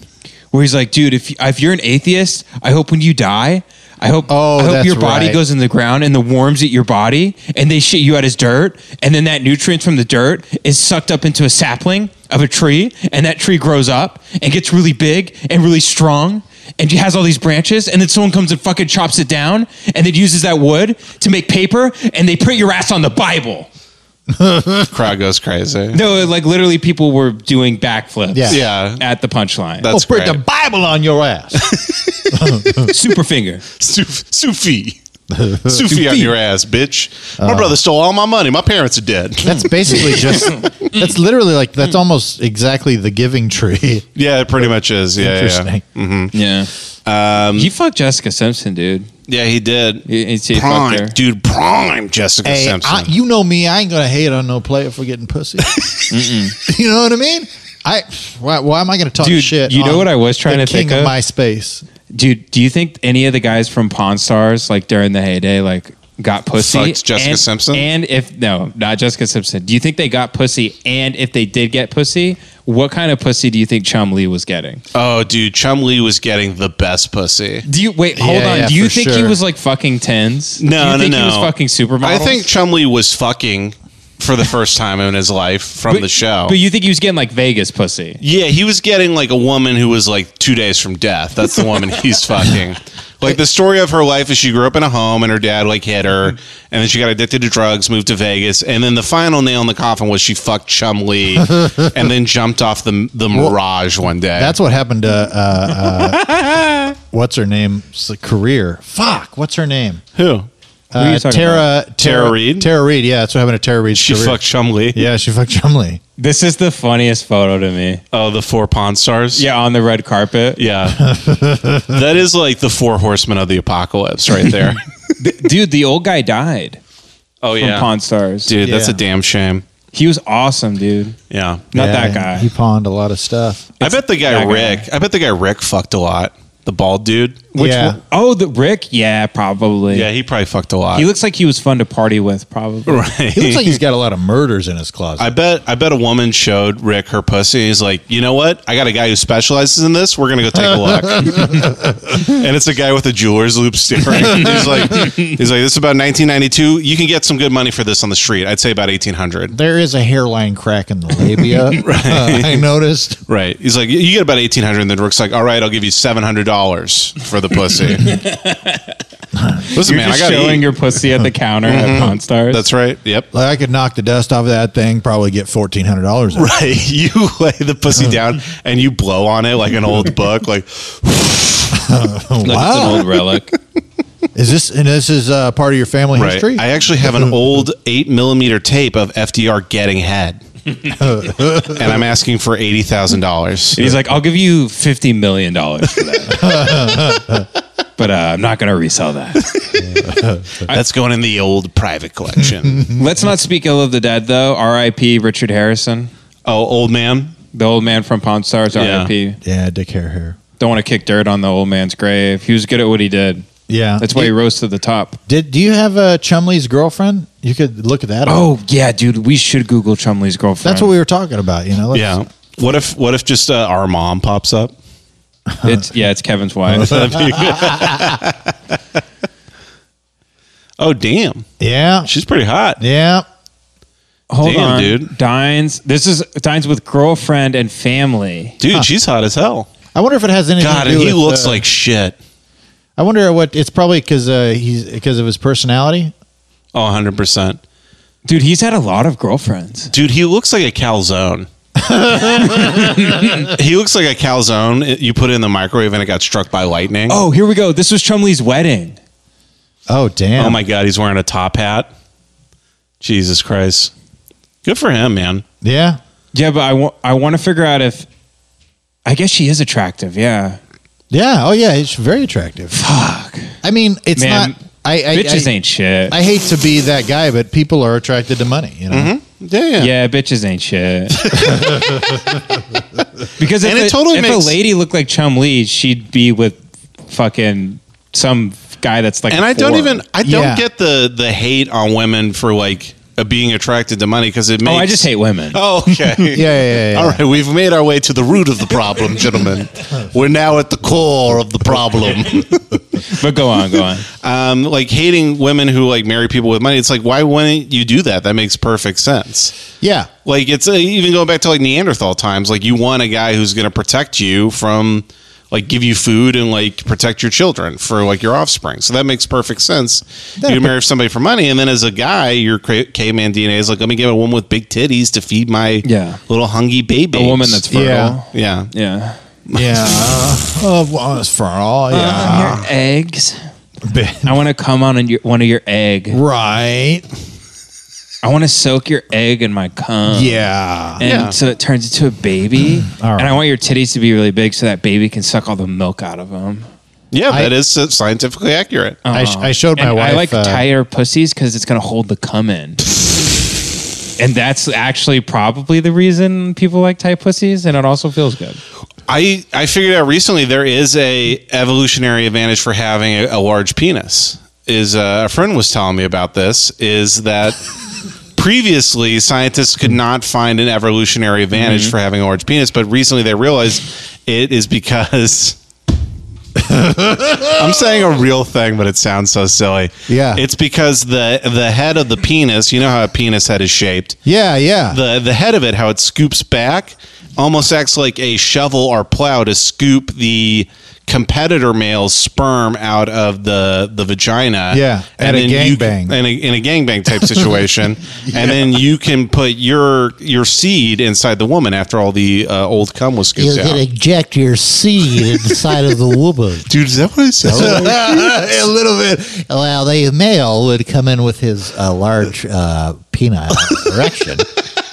Where he's like, dude, if, if you're an atheist, I hope when you die, I hope, Oh, I hope that's your body right. goes in the ground and the worms eat your body and they shit you out as dirt. And then that nutrient from the dirt is sucked up into a sapling of a tree. And that tree grows up and gets really big and really strong. And has all these branches, and then someone comes and fucking chops it down, and then uses that wood to make paper, and they print your ass on the Bible. Crowd goes crazy. No, like literally, people were doing backflips. Yeah. Yeah. At the punchline, Oh, That's put great. the Bible on your ass. super finger. Suf- Sufi. Sufi on your ass, bitch. My brother stole all my money. My parents are dead. that's basically just, that's literally like, that's almost exactly the giving tree. yeah, it pretty much is. Yeah, yeah, yeah. Interesting. Mm-hmm. Yeah. Um, he fucked Jessica Simpson, dude. Yeah, he did. He- he- he fucked prime, her. dude, prime Jessica Hey, Simpson. I, you know me. I ain't gonna hate on no player for getting pussy. you know what I mean? I why, why am I gonna talk Dude, shit? you know on what I was trying the to king think of, of? MySpace. Dude, do you think any of the guys from Pawn Stars, like during the heyday, like got pussy? Fucked Jessica and, Simpson? And if no, not Jessica Simpson. Do you think they got pussy? And if they did get pussy, what kind of pussy do you think Chum Lee was getting? oh, dude, Chum Lee was getting the best pussy. Do you wait? Hold Yeah, on. yeah, do you for think he sure. was like fucking tens? do No, you no, think no. He was fucking supermodels. I think Chumley was fucking for the first time in his life from But- the show. But you think he was getting like Vegas pussy? yeah, he was getting like a woman who was like two days from death. That's the woman he's fucking. Like the story of her life is she grew up in a home and her dad like hit her, and then she got addicted to drugs, moved to Vegas, and then the final nail in the coffin was she fucked Chum Lee, and then jumped off the the Mirage one day. That's what happened to uh, uh, what's her name's career. Fuck, what's her name? who Who are you Uh, talking Tara, Tara Reid? Tara Reid. Yeah, that's what happened to Tara Reid's she career. fucked Chum Lee. Yeah, she fucked Chumley. This is the funniest photo to me. Oh, the four Pawn Stars. Yeah, on the red carpet. Yeah. that is like the four horsemen of the apocalypse right there. Dude, the old guy died oh from Pawn Stars. Dude, that's a Yeah. damn shame. He was awesome, dude. Yeah. Not Yeah, that guy. He pawned a lot of stuff. I bet the guy that guy. Rick, I bet the guy Rick fucked a lot. The bald dude. Which Yeah. one- oh, the Rick? Yeah, probably. Yeah, he probably fucked a lot. He looks like he was fun to party with, probably. right. He looks like he's got a lot of murders in his closet. I bet I bet a woman showed Rick her pussy. He's like, you know what? I got a guy who specializes in this. We're gonna go take a look. and it's a guy with a jeweler's loop steering. he's like, he's like, this is about 1992. You can get some good money for this on the street. I'd say about 1800. there is a hairline crack in the labia. uh, I noticed. Right. He's like, you get about eighteen hundred, and then Rick's like, all right, I'll give you seven hundred dollars for the pussy. Listen, You're man, I just got showing your pussy at the counter at Pawn Stars. That's right. Yep. Like I could knock the dust off of that thing, probably get fourteen hundred dollars. Right. You lay the Uh. pussy down and you blow on it like an old book. Like, It's an Wow, old relic. is this and this is uh, part of your family right. history? I actually have an old eight millimeter tape of FDR getting head, and I'm asking for eighty thousand dollars. And he's like, I'll give you fifty million dollars for that. but uh, I'm not gonna resell that. That's going in the old private collection. Let's not speak ill of the dead though. R.I.P. Richard Harrison, oh, old man. the old man from Pawn Stars, Yeah. R.I.P. yeah, dick hair hair. Don't want to kick dirt on the old man's grave. He was good at what he did. Yeah, That's why he rose to the top. Did do you have uh, Chumley's girlfriend? You could look at that. up. Oh yeah, dude, we should Google Chumley's girlfriend. that's what we were talking about. You know, Let's- Yeah. What if what if just uh, our mom pops up? It's yeah, it's Kevin's wife. Oh damn, yeah, she's pretty hot. yeah. Hold Damn, on, dude. Dines. This is Dines with girlfriend and family. Dude, she's hot as hell. I wonder if it has anything. God, to and do he with, looks uh, like shit. I wonder what it's probably because uh, he's because of his personality. Oh, 100%. Dude, he's had a lot of girlfriends. Dude, he looks like a calzone. he looks like a calzone it- you put it in the microwave and it got struck by lightning. Oh, here we go. This was Chumley's wedding. Oh damn! Oh my God, he's wearing a top hat. Jesus Christ. Good for him, man. Yeah, Yeah, but I want I want to figure out if I guess she is attractive. Yeah, yeah. Oh yeah, he's very attractive. Fuck. I mean, it's Man, not. I, I bitches I, ain't shit. I hate to be that guy, but people are attracted to money. You know. Yeah, yeah. yeah, bitches ain't shit. because if, And it a, totally if makes- a lady looked like Chum Lee, she'd be with fucking some guy that's like. And I don't four. even, I don't Yeah. get the the hate on women for like uh, being attracted to money because it Oh, makes. I just hate women. Oh, okay. Yeah, yeah, yeah, yeah. All right, we've made our way to the root of the problem, gentlemen. We're now at the core of the problem. But go on, go on. um, like hating women who like marry people with money. It's like why wouldn't you do that? That makes perfect sense. Yeah. Like it's uh, even going back to like Neanderthal times. Like you want a guy who's going to protect you from like give you food and like protect your children for like your offspring. So that makes perfect sense. you marry somebody for money, and then as a guy, your cra- caveman DNA is like, let me get a woman with big titties to feed my Yeah. little hungry baby. A woman that's fertile. Yeah. Yeah. yeah. Yeah. oh, well, it's for all. Uh-huh. Yeah. Your eggs. I want to come on in your, one of your egg. right. Uh-huh. I want to soak your egg in my cum. Yeah. And Yeah. so it turns into a baby. All right. And I want your titties to be really big so that baby can suck all the milk out of them. Yeah, I- Oh. that is uh, scientifically accurate. I, sh- Uh-huh. I showed my and wife. I like uh, tighter pussies because it's going to hold the cum in. and that's actually probably the reason people like tight pussies. And it also feels good. I I figured out recently there is a evolutionary advantage for having a, a large penis. Is uh, a friend was telling me about this is that previously scientists could not find an evolutionary Mm-hmm. advantage for having a large penis, but recently they realized it is because I'm saying a real thing, but it sounds so silly. Yeah. It's because the the head of the penis, you know how a penis head is shaped. Yeah, yeah. The the head of it, how it scoops back, almost acts like a shovel or plow to scoop the competitor male's sperm out of the the vagina. Yeah, at a then you gangbang. can- in a in a gangbang type situation, and then you can put your your seed inside the woman after all the uh, old cum was You scooped can out. eject your seed inside of the woman. Oh, Dude, is that what it says? a little bit. Well, the male would come in with his uh, large uh, penile erection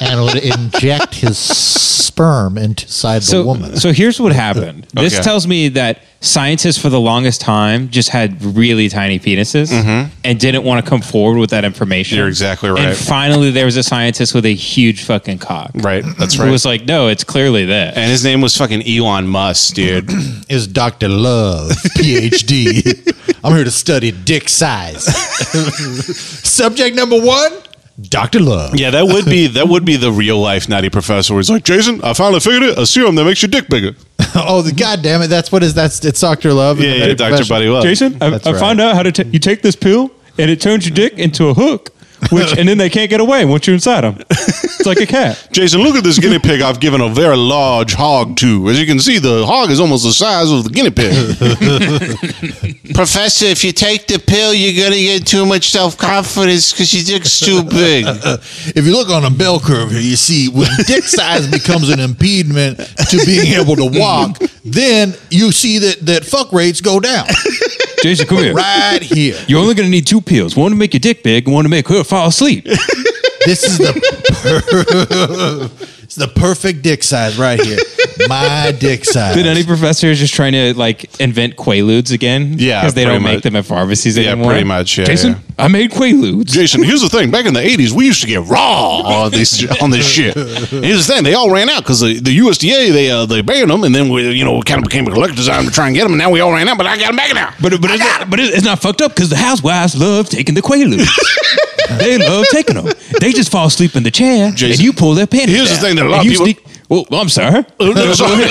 and would inject his sperm inside the so, woman. So here's what happened. This Okay. tells me that scientists for the longest time just had really tiny penises and didn't want to come forward with that information. You're exactly right. And finally, there was a scientist with a huge fucking cock. Right, that's Who right. was like, no, it's clearly this. And his name was fucking Elon Musk, dude. Is Dr. Love, PhD. I'm here to study dick size. Subject number one Dr. Love. Yeah, that would be that would be the real life nutty professor where he's like, Jason, I finally figured it. A serum that makes your dick bigger. Oh, the, God damn it. That's what is that's It's Dr. Love. and Yeah, the yeah, medical Dr. profession. Buddy Love. I, That's I right. found out how to t- you take this pill and it turns your dick into a hook, which and then they can't get away once you're inside them. It's like a cat. Jason, look at this guinea pig I've given a very large hog to. As you can see, the hog is almost the size of the guinea pig. Professor, if you take the pill, you're going to get too much self confidence because your dick's too big. Uh, If you look on a bell curve here, you see when dick size becomes an impediment to being able to walk, then you see that that fuck rates go down Jason, come here. right here. You're only going to need two pills. One to make your dick big and one to make her fall asleep. This is the per- it's the perfect dick size right here. My dick size. Did any professor is just trying to like invent Quaaludes again? Yeah, because they don't pretty make much. them at pharmacies Yeah, anymore. pretty much, yeah, Jason, yeah. I made Quaaludes. Jason, here's the thing. Back in the 80s, we used to get raw on this, on this shit. And here's the thing. They all ran out because the, the USDA, they uh, they banned them. And then, we, you know, kind of became a collector's item to try and get them. And now we all ran out, but I got them back now. But but it's not, but it's not fucked up because the housewives love taking the Quaaludes. they love taking them. They just fall asleep in the chair and Jason, you pull their panties. here's the down, thing that a lot and of you people- well, I'm sorry. sorry.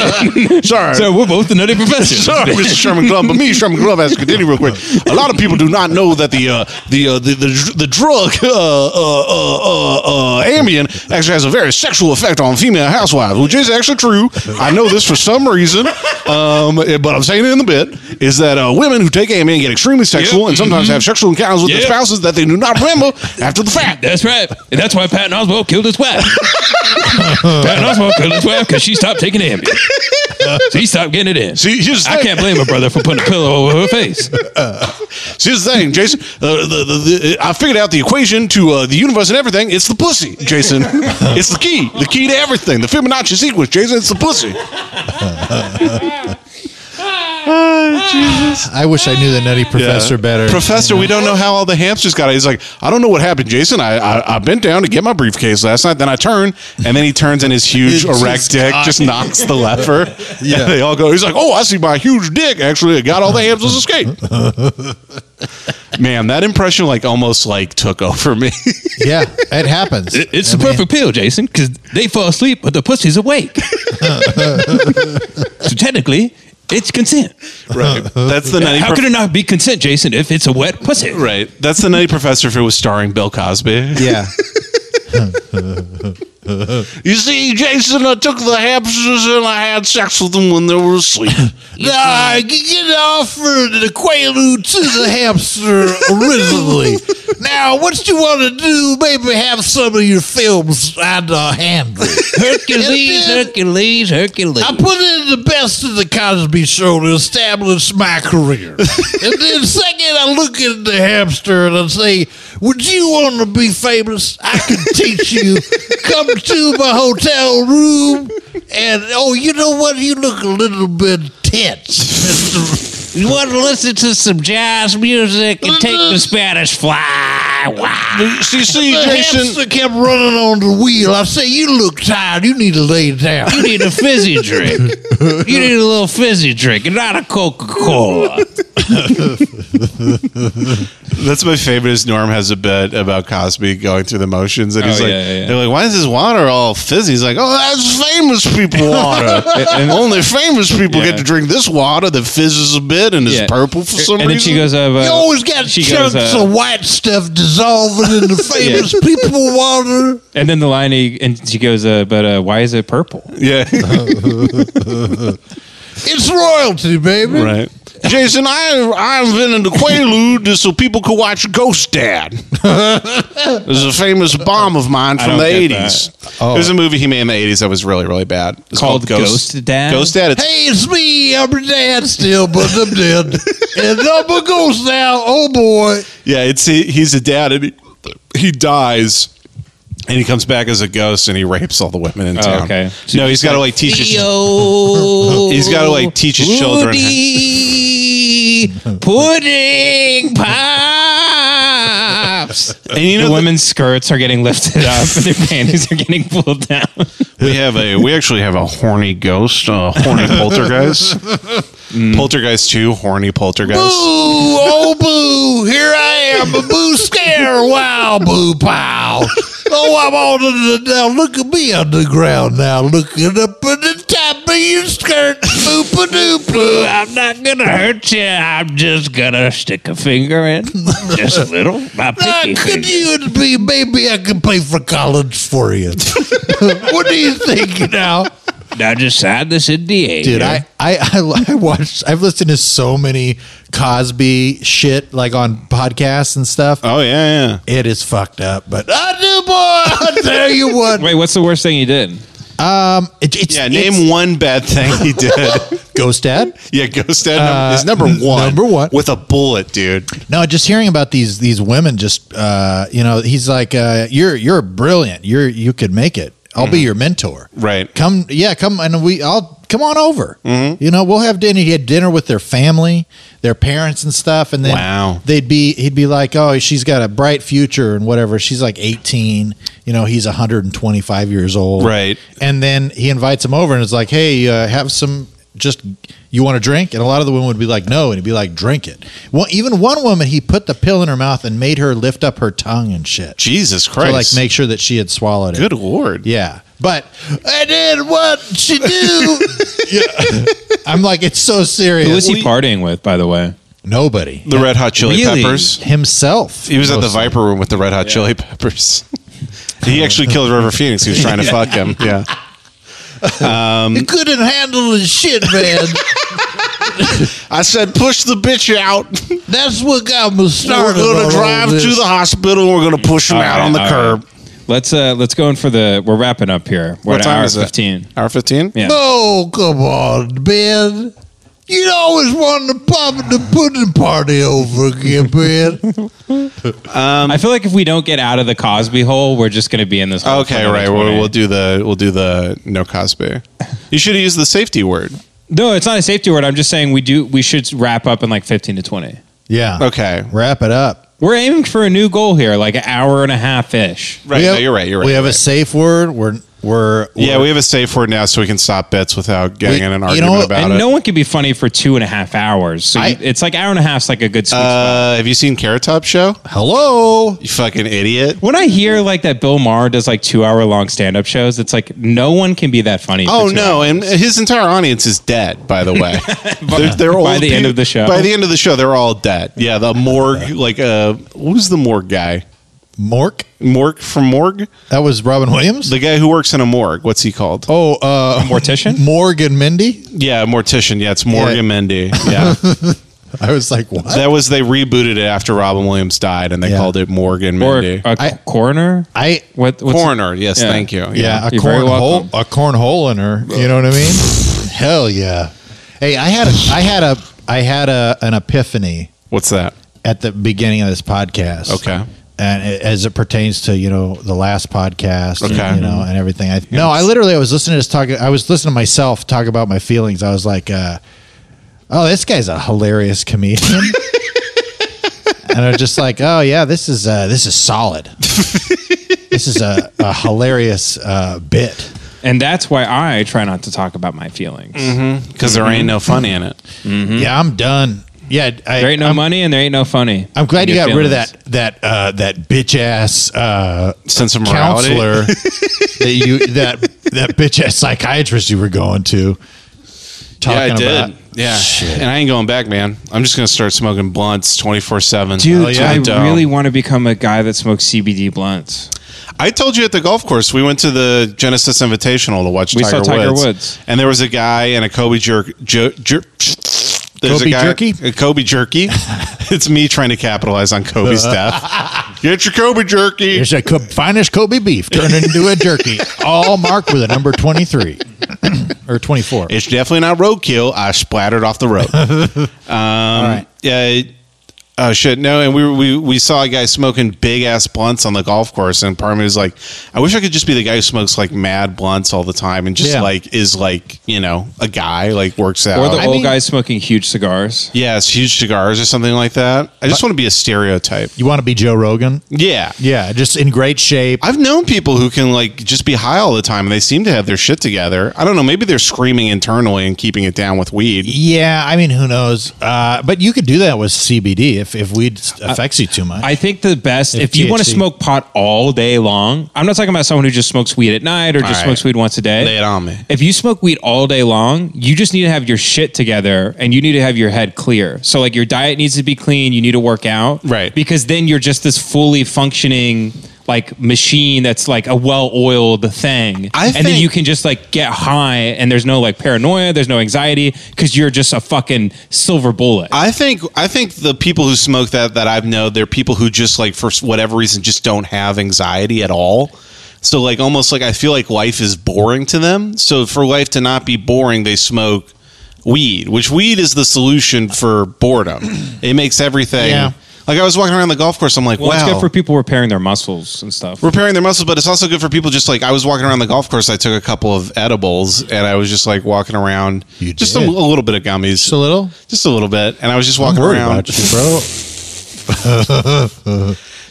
sorry. So we're both the nutty professors. Sorry, Mr. Sherman Club, but me, Sherman Club, has to continue real quick. A lot of people do not know that the uh, the, uh, the the the drug uh, uh, uh, uh, Ambien actually has a very sexual effect on female housewives, which is actually true. I know this for some reason, um, but I'm saying it in the bit is that uh, women who take Ambien get extremely sexual and sometimes have sexual encounters with Yep. their spouses that they do not remember after the fact. That's right. And that's why Patton Oswald killed his wife. Patton Oswald killed his wife because she stopped taking Ambien. So he stopped getting it in. See, here's the I thing. can't blame her brother for putting a pillow over her face. See, here's the thing, Jason. Uh, the, the, the, I figured out the equation to uh, the universe and everything. It's the pussy, Jason. it's the key. The key to everything. The Fibonacci sequence, Jason. It's the pussy. I wish I knew the nutty professor better. Professor, we don't know how all the hamsters got it. He's like, I don't know what happened, Jason. I, I, I bent down to get my briefcase last night. Then I turn, and then he turns and his huge It just erect dick got- just knocks the lever. Yeah. And they all go, he's like, oh, I see my huge dick. Actually, it got all the hamsters escaped. Man, that impression like almost like took over me. yeah, it happens. It- It's the perfect pill, Jason, because they fall asleep, but the pussy's awake. so technically, it's consent. Right. That's the nutty. How Prof- could it not be consent, Jason, if it's a wet pussy? right. That's the nutty professor if it was starring Bill Cosby. yeah. You see, Jason, I took the hamsters and I had sex with them when they were asleep. I get off for the Quaalude to the hamster originally. Now, what you want to do? Maybe have some of your films on the handle. Hercules, Hercules, Hercules. I put in the best of the Cosby Show to establish my career. and then second, I look at the hamster and I say, "Would you want to be famous? I can teach you. Come to my hotel room, and oh, you know what? You look a little bit tense, Mister." You want to listen to some jazz music and take the Spanish fly. See, see, the Jason. hamster kept running on the wheel. I said, "You look tired. You need to lay down." You need a fizzy drink. You need a little fizzy drink and not a Coca Cola. That's my favorite. Is Norm has a bit about Cosby going through the motions, and Oh, he's like, yeah, yeah, yeah. "They're like, why is his water all fizzy?" He's like, "Oh, that's famous people water. Only famous people Yeah. get to drink this water that fizzes a bit and is Yeah. purple for some and then reason." she goes, uh, You always got she chunks goes, uh, of white stuff dissolving in the famous people water. and then the line, he, and she goes, uh, but uh, why is it purple? "Yeah, It's royalty, baby. right." Jason, I I invented the Quaalude just so people could watch Ghost Dad. There's a famous bomb of mine from don't the get '80s. There's a movie he made in the '80s that was really really bad. It's Called Ghost Dad? Ghost Dad. It's Hey, it's me. I'm your dad still, but I'm dead. and I'm a ghost now. Oh boy. Yeah, it's he, he's a dad, and he, he dies, and he comes back as a ghost, and he rapes all the women in town. okay. no, he's got to like teach his. Yo. He's got to like teach his children. Woody pudding pops. And you know, the women's skirts are getting lifted up and their panties are getting pulled down. we have a we actually have a horny ghost, a horny poltergeist, Mm. poltergeist two, horny poltergeist. Boo! Oh boo! Here I am, a boo scare! Wow, boo pow! Oh, I'm all under the now. Look at me on the ground now, looking up at the top of your skirt. Boop a doop boo! I'm not gonna hurt you. I'm just gonna stick a finger in, just a little. My Now, pinky could finger. you and me? Maybe I could pay for college for you. what do you think now? Now just sign this NDA. dude. I, I I I watched. I've listened to so many Cosby shit, like on podcasts and stuff. Oh yeah, yeah. It is fucked up, but uh, I do, boy. I tell you what. Wait, what's the worst thing he did? um, it, it's Yeah, it's- name one bad thing he did. Ghost Dad. yeah, Ghost Dad num- is number one. Uh, number one. with a bullet, dude. No, just hearing about these these women. Just uh, you know, he's like, uh, you're you're brilliant. You're you could make it. I'll be your mentor. Mm-hmm. Right. Mm-hmm. Come, yeah, come, and we. I'll come on over. You know, we'll have dinner. He had dinner with their family, their parents, and stuff. And then Wow. they'd be he'd be like, oh, she's got a bright future and whatever. She's like eighteen. You know, he's 125 years old. Right. And then he invites him over and is like, hey, uh, have some. Just you want to drink, and a lot of the women would be like, "No," and he'd be like, "Drink it." Well, even one woman, he put the pill in her mouth and made her lift up her tongue and shit Jesus to Christ! like make sure that she had swallowed it. Good lord! Yeah. But and then what she do? Yeah. I'm like, it's so serious. Who was he partying with, by the way? Nobody. The Red Hot Chili Really? Peppers. Himself. He was at the mostly. Viper Room with the Red Hot Chili Peppers. he actually killed River Phoenix. He was trying to fuck him. Yeah. You couldn't handle the shit, man. I said, push the bitch out. That's what got me started. We're going on all to drive this. to the hospital. We're going to push him out right, on the all curb. Let's uh let's go in for the we're wrapping up here. We're What at time hour is it? fifteen. Hour 15? Yeah. No, come on, Ben. You always wanted to pop at the pudding party over again, Ben. Um, I feel like if we don't get out of the Cosby hole, we're just gonna be in this hole for Okay, another right. 20. We'll, we'll do the we'll do the no Cosby. You should have used the safety word. No, it's not a safety word. I'm just saying we do we should wrap up in like fifteen to twenty. Yeah. Okay. Wrap it up. We're aiming for a new goal here, like an hour and a half ish. Right. We have- no, you're right. You're right. We have you're a right. safe word. We're we're yeah, we have a safe word now so we can stop bets without getting We- in an you argument know what? about And it. no one can be funny for two and a half hours. So you, I- it's like hour and a half's like a good sweet spot. uh, have you seen Carrot Top Show? hello. You fucking idiot. When I hear like that Bill Maher does like two hour long stand up shows, it's like no one can be that funny. for Oh two no! hours. And his entire audience is dead. By the way, they're, they're by old the end peo- of the show? By the end of the show, they're all dead. Yeah, the morgue. Like, uh, who's the morgue guy? Mork. Morgue from morgue. That was Robin Williams. The guy who works in a morgue. What's he called? Oh, oh, uh Mortician? Morgan Mindy. yeah, mortician. Yeah, it's Morgan Yeah. Mendy. Yeah, I was like, what? that was they rebooted it after Robin Williams died, and they Yeah. called it Morgan Or Mendy. a, a I- coroner? I What, what's Coroner. Yes, Yeah. thank you. Yeah, a You're very cornhole, welcome. a cornhole in her. You know what I mean? Hell yeah! Hey, I had a, I had a, I had a, an epiphany What's that? at the beginning of this podcast. Okay. And it- as it pertains to you know the last podcast, Okay. you know, and everything. I, No, I literally I was listening to this talk. I was listening to myself talk about my feelings. I was like, uh, "Oh, this guy's a hilarious comedian." and are just like, oh yeah, this is uh, this is solid. this is a, a hilarious uh, bit. And that's why I try not to talk about my feelings. Mm. Mm-hmm. Because there ain't no fun in it. Yeah, I'm done. Yeah, I, there ain't no I'm- money and there ain't no funny. I'm glad you in your got rid of feelings. that that uh, that bitch ass uh, sense of morality. counselor that you that that bitch ass psychiatrist you were going to. Talking yeah, I did. About. yeah, Shit. and I ain't going back, man. I'm just gonna start smoking blunts 24 seven. Dude, I really want to become a guy that smokes CBD blunts. I told you at the golf course, we went to the Genesis Invitational to watch We saw Tiger, Tiger Woods, Woods. and there was a guy in a Kobe jerk. Jer, jer, there's Kobe a guy, jerky? A Kobe jerky. it's me trying to capitalize on Kobe's death. Get your Kobe jerky. Here's a co- finest Kobe beef turned into a jerky, all marked with a number twenty three or twenty four. It's definitely not roadkill. I splattered off the road. Um, all right. Yeah. Oh shit! No, and we we we saw a guy smoking big ass blunts on the golf course, and part of me was like, I wish I could just be the guy who smokes like mad blunts all the time, and just Yeah. like is like you know a guy like works out. Or the Oh. I old mean, guy smoking huge cigars. yes, huge cigars or something like that. I just want to be a stereotype. You want to be Joe Rogan? Yeah, Yeah, just in great shape. I've known people who can like just be high all the time, and they seem to have their shit together. I don't know. Maybe they're screaming internally and keeping it down with weed. Yeah, I mean, who knows? Uh, but you could do that with CBD if, if weed affects you too much. I think the best, If if, you want to THC. smoke pot all day long, I'm not talking about someone who just smokes weed at night or just right. smokes weed once a day. Lay it on me. If you smoke weed all day long, you just need to have your shit together and you need to have your head clear. So, like, your diet needs to be clean. You need to work out. Right. Because then you're just this fully functioning, like, machine that's like a well oiled thing. I and then think- you can just, like, get high and there's no, like, paranoia, there's no anxiety because you're just a fucking silver bullet. I think I think the people who smoke that that I've known, they're people who just like for whatever reason just don't have anxiety at all. So like almost like I feel like life is boring to them. So for life to not be boring, they smoke weed, which weed is the solution for boredom. It makes everything. Yeah. Like I was walking around the golf course, I'm like, well, it's wow. good for people repairing their muscles and stuff. repairing their muscles, but it's also good for people. Just like I was walking around the golf course, I took a couple of edibles, and I was just like walking around, You just a, did. a little bit of gummies, just a little. just a little bit, and I was just walking worried around. about you, bro.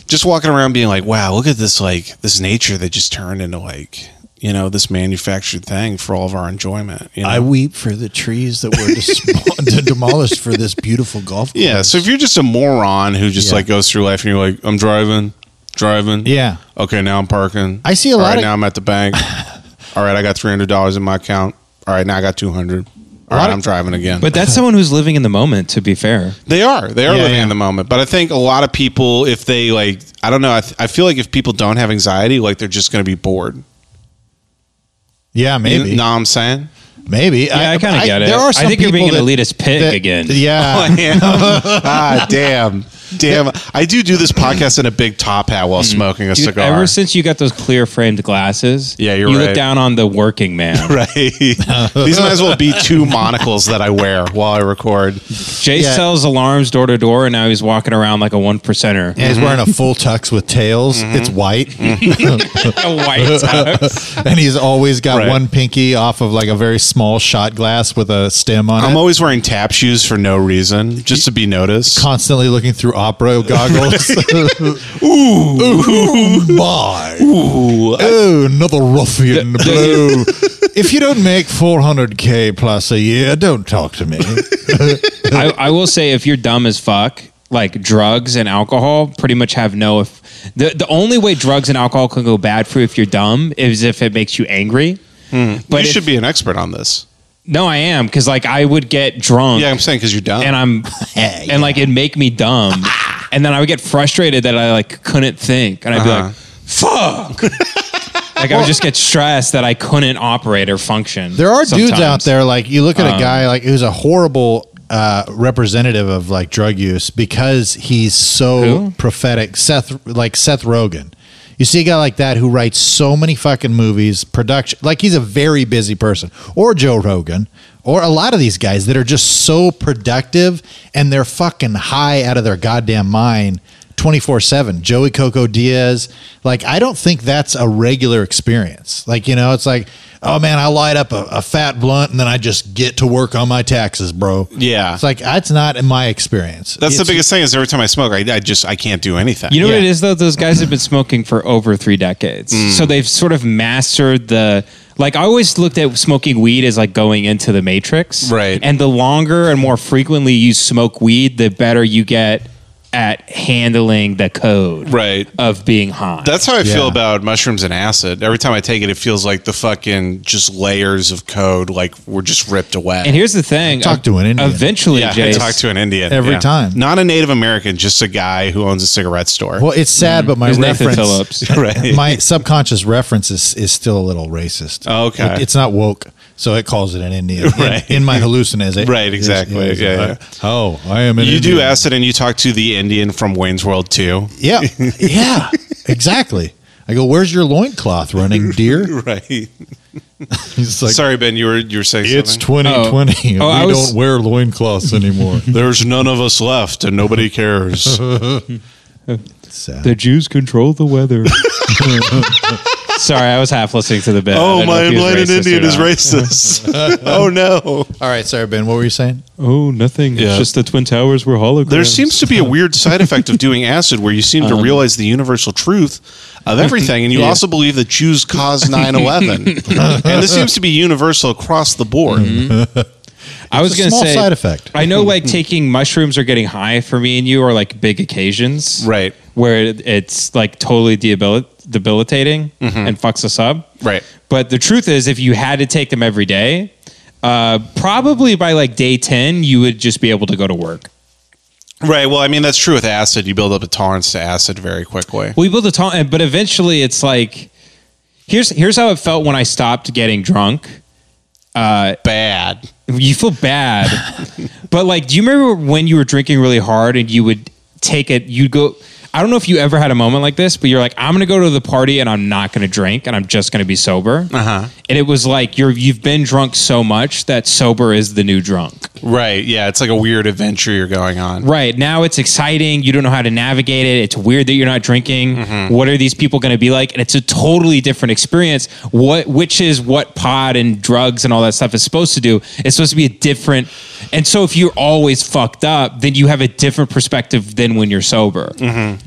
just walking around being like, wow, look at this like this nature that just turned into like you know this manufactured thing for all of our enjoyment. You know? I weep for the trees that were dis- demolished for this beautiful golf course. yeah. So if you're just a moron who just Yeah. like goes through life and you're like, I'm driving, driving. Yeah. Okay, now I'm parking. I see a All lot right, of- now I'm at the bank. all right, I got three hundred dollars in my account. All right, now I got two hundred. All right, lot of- I'm driving again. But that's someone who's living in the moment, to be fair. They are. They are Yeah, living yeah. in the moment. But I think a lot of people, if they like, I don't know, I, th- I feel like if people don't have anxiety, like they're just going to be bored. Yeah, maybe. You know what I'm saying? Maybe. Yeah, I, kind of get it. There are some I think you're being people an that- elitist pig that- again. Yeah. I am. ah, damn. Damn. I do do this podcast in a big top hat while smoking a Dude, cigar. Ever since Mm. you got those clear framed glasses, Yeah, you're you right. look down on the working man. right. These might as well be two monocles that I wear while I record. Jay Yeah. sells alarms door to door, and now he's walking around like a one percenter. And he's wearing a full tux with tails. It's white. A white tux. and he's always got Right. one pinky off of like a very small shot glass with a stem on I'm it. always wearing tap shoes for no reason, just to be noticed. Constantly looking through opera goggles. ooh, ooh, my. Ooh, Oh, another ruffian blow. if you don't make 400K plus a year, don't talk to me. I, I will say, if you're dumb as fuck, like drugs and alcohol, pretty much have no. If the the only way drugs and alcohol can go bad for you if you're dumb is if it makes you angry. But Hmm. you if- should be an expert on this. no, I am because like I would get drunk. Yeah, I'm saying because you're dumb. and I'm and like it'd make me dumb. and then I would get frustrated that I like couldn't think. And I'd Uh-huh. be like, fuck. like I would just get stressed that I couldn't operate or function. There are dudes sometimes. Um, out there like you look at a guy like who's a horrible uh, representative of like drug use because he's so Who? prophetic. Seth like Seth Rogen. You see a guy like that who writes so many fucking movies, production like he's a very busy person. Or Joe Rogan, or a lot of these guys that are just so productive and they're fucking high out of their goddamn mind 24 7. Joey Coco Diaz. Like, I don't think that's a regular experience. Like, you know, it's like, oh man, I light up a, a fat blunt and then I just get to work on my taxes, bro. Yeah. It's like, that's not in my experience. That's the It's- biggest thing is every time I smoke, I, I just I can't do anything. You know what it is though? Those guys have been smoking for over three decades. Mm. So they've sort of mastered the like I always looked at smoking weed as like going into the matrix. Right. And the longer and more frequently you smoke weed, the better you get at handling the code right. of being high. That's how I feel Yeah. about mushrooms and acid. Every time I take it, it feels like the fucking just layers of code, like we're just ripped away. And here's the thing. Talk to an Indian. Eventually, yeah, I Jace- talk to an Indian Every yeah. time. Not a Native American, just a guy who owns a cigarette store. Well, it's sad, but my reference, right? my subconscious reference is, is still a little racist. Oh, Okay. It- it's not woke, so it calls it an Indian in- Right. in, my hallucination. Right, exactly. It's- Yeah, yeah. Oh, I am. An you do Indian. acid, and you talk to the Indian from Wayne's World too. Yeah, yeah, exactly. I go, where's your loincloth, running deer? right. He's like, Sorry, Ben, you were you were saying it's something? 2020. Oh, I we was- don't wear loincloths anymore. There's none of us left, and nobody cares. Sad. The Jews control the weather. Sorry, I was half listening to the bit. I Oh, don't know my if he was enlightened racist or Indian is not. racist. oh no! All right, sorry, Ben. What were you saying? Oh, nothing. Yeah. It's just the Twin Towers were holograms. There seems to be a weird side effect of doing acid where you seem to Um. realize the universal truth of everything, and you Yeah. also believe that Jews caused 9 11. and this seems to be universal across the board. Mm-hmm. I was a going to small say side effect. I know, like taking mushrooms or getting high for me and you are like big occasions, right? Where it- it's like totally debil- debilitating and fucks us up, right? But the truth is, if you had to take them every day, uh, probably by like day ten, you would just be able to go to work. Right. Well, I mean, that's true with acid. You build up a tolerance to acid very quickly. We build a ton, but eventually it's like here's here's how it felt when I stopped getting drunk. Uh, bad. You feel bad, but like, do you remember when you were drinking really hard and you would take it? You'd go. I don't know if you ever had a moment like this, but you're like, I'm gonna go to the party and I'm not gonna drink and I'm just gonna be sober. Uh-huh. Uh huh. And it was like you're you've been drunk so much that sober is the new drunk. Right. Yeah. It's like a weird adventure you're going on. Right. Now it's exciting. You don't know how to navigate it. It's weird that you're not drinking. What are these people going to be like? And it's a totally different experience. What which is what pod and drugs and all that stuff is supposed to do. It's supposed to be a different and so if you're always fucked up, then you have a different perspective than when you're sober.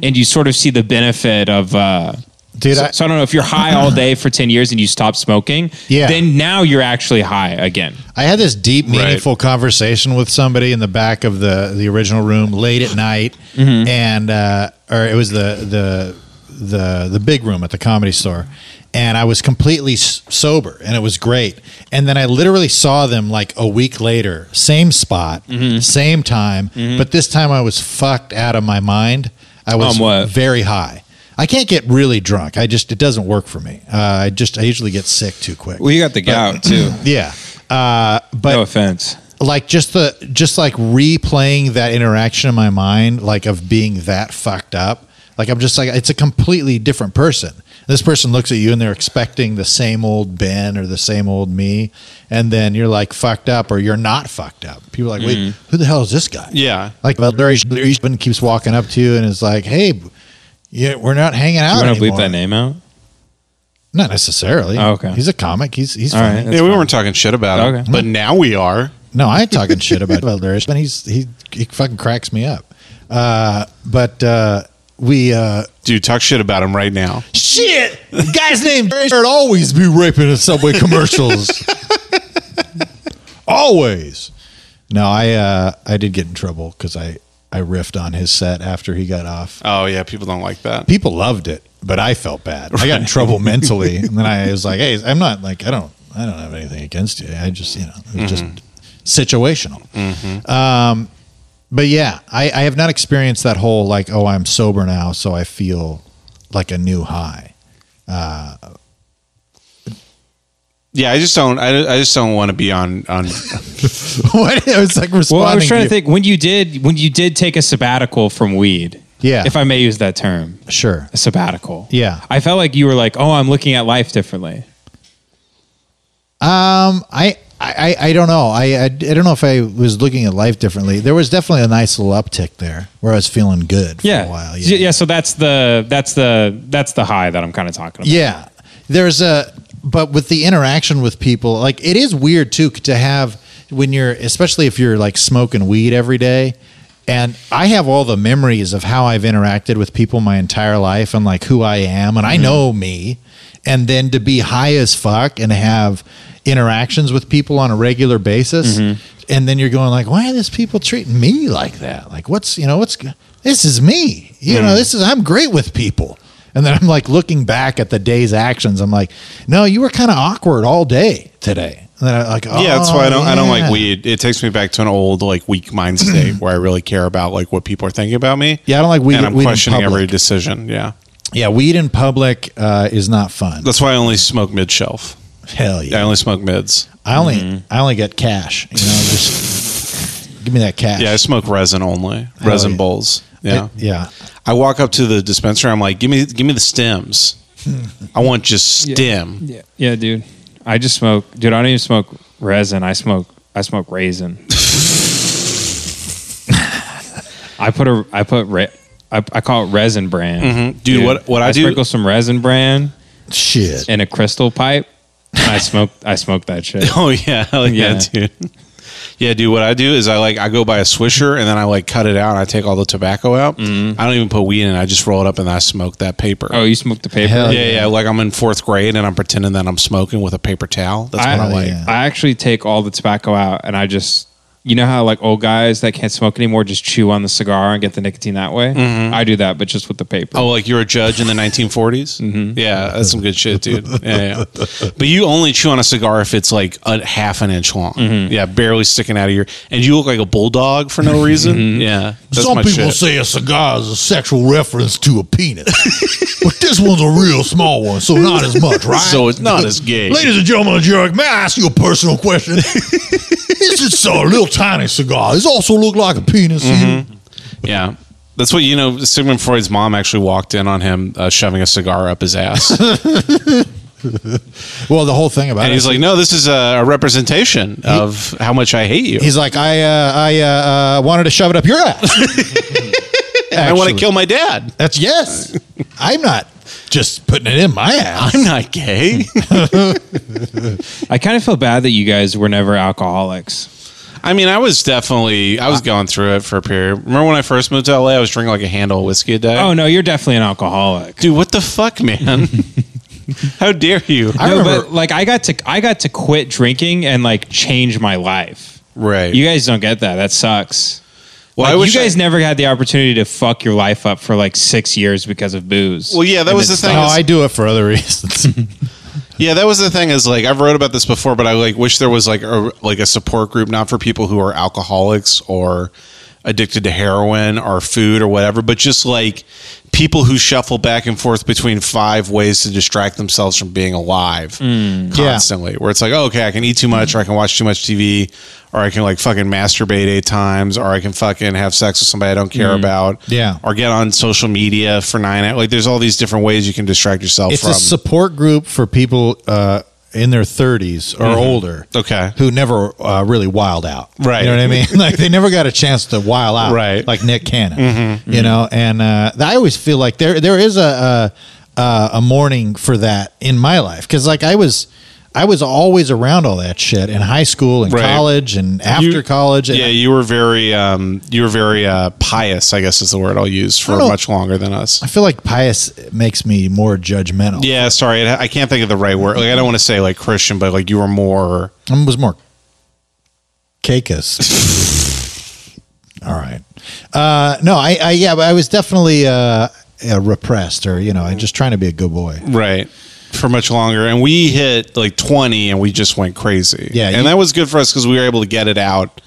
And you sort of see the benefit of uh Dude, so, I- so I don't know if you're high all day for 10 years and you stop smoking, Yeah. then now you're actually high again. I had this deep, meaningful conversation with somebody in the back of the the original room late at night, Mm-hmm. and uh, or it was the the the the big room at the comedy store, and I was completely s- sober, and it was great. And then I literally saw them like a week later, same spot, Mm-hmm. same time, but this time I was fucked out of my mind. I was On what? very high. I can't get really drunk. I just it doesn't work for me. Uh, I just I usually get sick too quick. Well, you got the gout too. Yeah. Uh, but no offense. Like just the just like replaying that interaction in my mind, like of being that fucked up. Like I'm just like it's a completely different person. This person looks at you and they're expecting the same old Ben or the same old me, and then you're like fucked up or you're not fucked up. People are like, wait, Mhm. Mm-hmm. who the hell is this guy? Yeah. Like Larry Eastman keeps walking up to you and is like, hey, yeah, we're not hanging Do out. you want to anymore. bleep that name out? Not necessarily. Oh, okay. He's a comic. He's he's All right, funny. that's Yeah, we fine. weren't talking shit about him, Okay. but now we are. No, I ain't talking shit about Valerius, but he's he he fucking cracks me up. Uh, but uh, we uh, dude, talk shit about him right now. shit. The guy's name should always be raping in subway commercials. always. No, I uh, I did get in trouble because I I riffed on his set after he got off. Oh yeah, people don't like that. People loved it, but I felt bad. I got in Right. trouble mentally, and then I was like, "Hey, I'm not like I don't I don't have anything against you. I just you know it was Mm-hmm. Mhm. just situational." Um, but yeah, I, I have not experienced that whole like, oh, I'm sober now, so I feel like a new high. Uh, Yeah, I just don't. I, I just don't want to be on on. what? It was like responding. Well, I was trying to you- think when you did when you did take a sabbatical from weed. Yeah. if I may use that term, Sure. a sabbatical. Yeah. I felt like you were like, oh, I'm looking at life differently. Um, I I I, I, I don't know. I, I I don't know if I was looking at life differently. There was definitely a nice little uptick there where I was feeling good. yeah. yeah, yeah. So that's the that's the that's the high that I'm kind of talking about. Yeah. There's a but with the interaction with people, like it is weird too to have when you're especially if you're like smoking weed every day. And I have all the memories of how I've interacted with people my entire life and like who I am Mm-hmm. and I know me. And then to be high as fuck and have interactions with people on a regular basis. Mm-hmm. And then you're going like, why are these people treating me like that? Like what's, you know, what's, this is me, you Mm. know, this is, I'm great with people. And then I'm like looking back at the day's actions. I'm like, no, you were kind of awkward all day today. And then I like, oh, yeah, that's why I don't. I don't like yeah. weed. It takes me back to an old, like, weak mind state where I really care about like what people are thinking about me. Yeah, I don't like weed- And I'm weed in questioning every public. decision. Yeah, Yeah, weed in public uh, is not fun. that's why I only smoke mid shelf. Hell yeah. I only Mm-hmm. smoke mids. I only I only get cash. You know, just give me that cash. Yeah, I smoke resin only. Resin yeah. bowls. I- Yeah. yeah. I walk up to the dispensary. I'm like, give me, give me the stems. I want just stem. Yeah. Yeah, dude. I just smoke, dude. I don't even smoke resin. I smoke, I smoke raisin. I put a, I put, re, I, I call it resin bran, Mhm. Dude, what- what I do- sprinkle some resin bran Shit. in a crystal pipe. And I smoke, I smoke that shit. Oh yeah, hell yeah, Yeah. dude. Yeah, dude. What I do is I like I go buy a swisher and then I like cut it out. and I take all the tobacco out. I don't even put weed in. it. I just roll it up and I smoke that paper. Oh, you smoke the paper? Hell yeah, yeah. Like I'm in fourth grade and I'm pretending that I'm smoking with a paper towel. That's I, what I like. yeah. I actually take all the tobacco out and I just, you know how like old guys that can't smoke anymore just chew on the cigar and get the nicotine that way. I do that, but just with the paper. Oh, like you're a judge in the 1940s? mm-hmm. Yeah, that's some good shit, dude. Yeah, yeah. But you only chew on a cigar if it's like a half an inch long. Yeah, barely sticking out of your. And you look like a bulldog for no reason. Yeah, that's Some my people shit. say a cigar is a sexual reference to a penis, but this one's a real small one, so not as much, right? So it's not as gay. Ladies and gentlemen of the jury, may I ask you a personal question? this is a little tiny cigar. This also look like a penis. Mm-hmm. to you? Yeah. That's what you know. Sigmund Freud's mom actually walked in on him uh, shoving a cigar up his ass, Well, the whole thing about and it. he's like, "No, this is a, a representation of how much I hate you. he's like, I uh, I uh, uh, wanted to shove it up your ass. I want to Actually. kill my dad. That's yes. I'm not just putting it in my ass. I'm not gay. I kind of feel bad that you guys were never alcoholics. I mean, I was definitely I was going through it for a period. Remember when I first moved to LA? I was drinking like a handle of whiskey a day. Oh no, you're definitely an alcoholic. dude, what the fuck, man? how dare you? I no, remember- but like I got to I got to quit drinking and like change my life. right. You guys don't get that. That sucks. well, Like, I wish you I- guys never had the opportunity to fuck your life up for like six years because of booze. Well, yeah, that And was it's oh, the thing. No, is- I do it for other reasons. Yeah, that was the thing is like I've wrote about this before, but I like wish there was like a like a support group not for people who are alcoholics or addicted to heroin or food or whatever, but just like people who shuffle back and forth between five ways to distract themselves from being alive Mm. constantly. Where it's like, oh, okay, I can eat too much, or I can watch too much TV, or I can like fucking masturbate eight times, or I can fucking have sex with somebody I don't care about, Mm. Yeah. or get on social media for nine hours. Like, there's all these different ways you can distract yourself it's from. a support group for people uh, in their 30s or older Mm-hmm. Okay. who never uh, really wild out Right. you know what i mean like they never got a chance to wild out Right. Mm-hmm. like nick cannon you know and uh, i always feel like there there is a a, a, a mourning for that in my life because like i was I was always around all that shit in high school and Right. college and after You- college. And yeah, you were very um, you were very uh, pious. I guess is the word I'll use for I don't- much longer than us. I feel like pious makes me more judgmental. Yeah, sorry, I I can't think of the right word. Like I don't want to say like Christian, but like you were more. I was more cacus. All right. Uh, no, I, I yeah, but I was definitely uh, uh, repressed, or you know, I just trying to be a good boy. Right. For much longer. And we hit like 20 and we just went crazy. Yeah, And you- that was good for us because we were able to get it out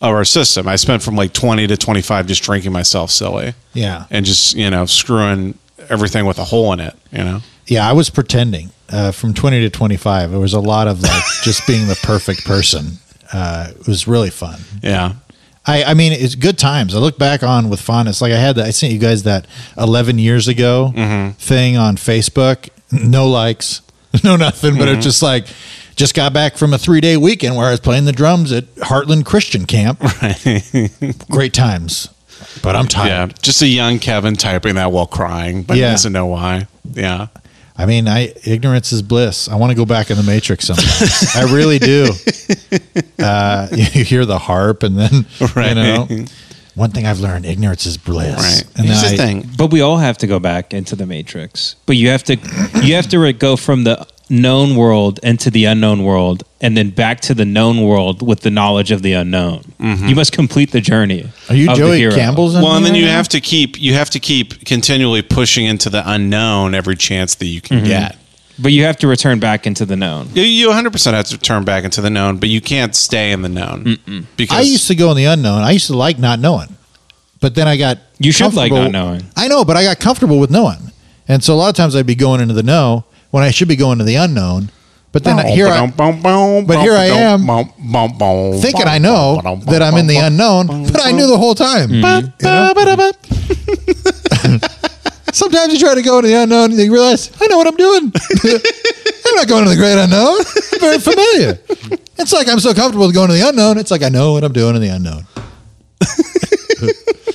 of our system. I spent from like 20 to 25 just drinking myself silly Yeah, and just, you know, screwing everything with a hole in it, you know? yeah, I was pretending uh, from twenty to twenty five. It was a lot of like just being the perfect person. Uh, it was really fun. Yeah. I, I mean, it's good times. I look back on with fondness. Like I had, that, I sent you guys that 11 years ago thing on Facebook. No likes, no nothing, but it's just like Just got back from a three day weekend where I was playing the drums at Heartland Christian Camp. Great times. But I'm tired. Yeah, just a young Kevin typing that while crying, but Yeah. he doesn't know why. Yeah. I mean, I ignorance is bliss. I want to go back in the matrix sometimes. I really do. Uh, you hear the harp, and then you know, Right. one thing I've learned: ignorance is bliss. And then I- But we all have to go back into the matrix. But you have to, you have to re- go from the known world into the unknown world, and then back to the known world with the knowledge of the unknown. You must complete the journey. of the hero. Well, and then you have to keep you have to keep continually pushing into the unknown every chance that you can Mhm. get. But you have to return back into the known. You- You 100% have to turn back into the known, but you can't stay in the known because I used to go in the unknown. I used to like not knowing, but then I got You should like comfortable- not knowing. I know, but I got comfortable with knowing, and so a lot of times I'd be going into the know when I should be going to the unknown. But then here I, but here I am thinking I know that I'm in the unknown, but I knew the whole time. Mm-hmm. You know? Sometimes you try to go into the unknown and you realize, I know what I'm doing. I'm not going to the great unknown. I'm very familiar. It's like I'm so comfortable with going to the unknown. It's like I know what I'm doing in the unknown.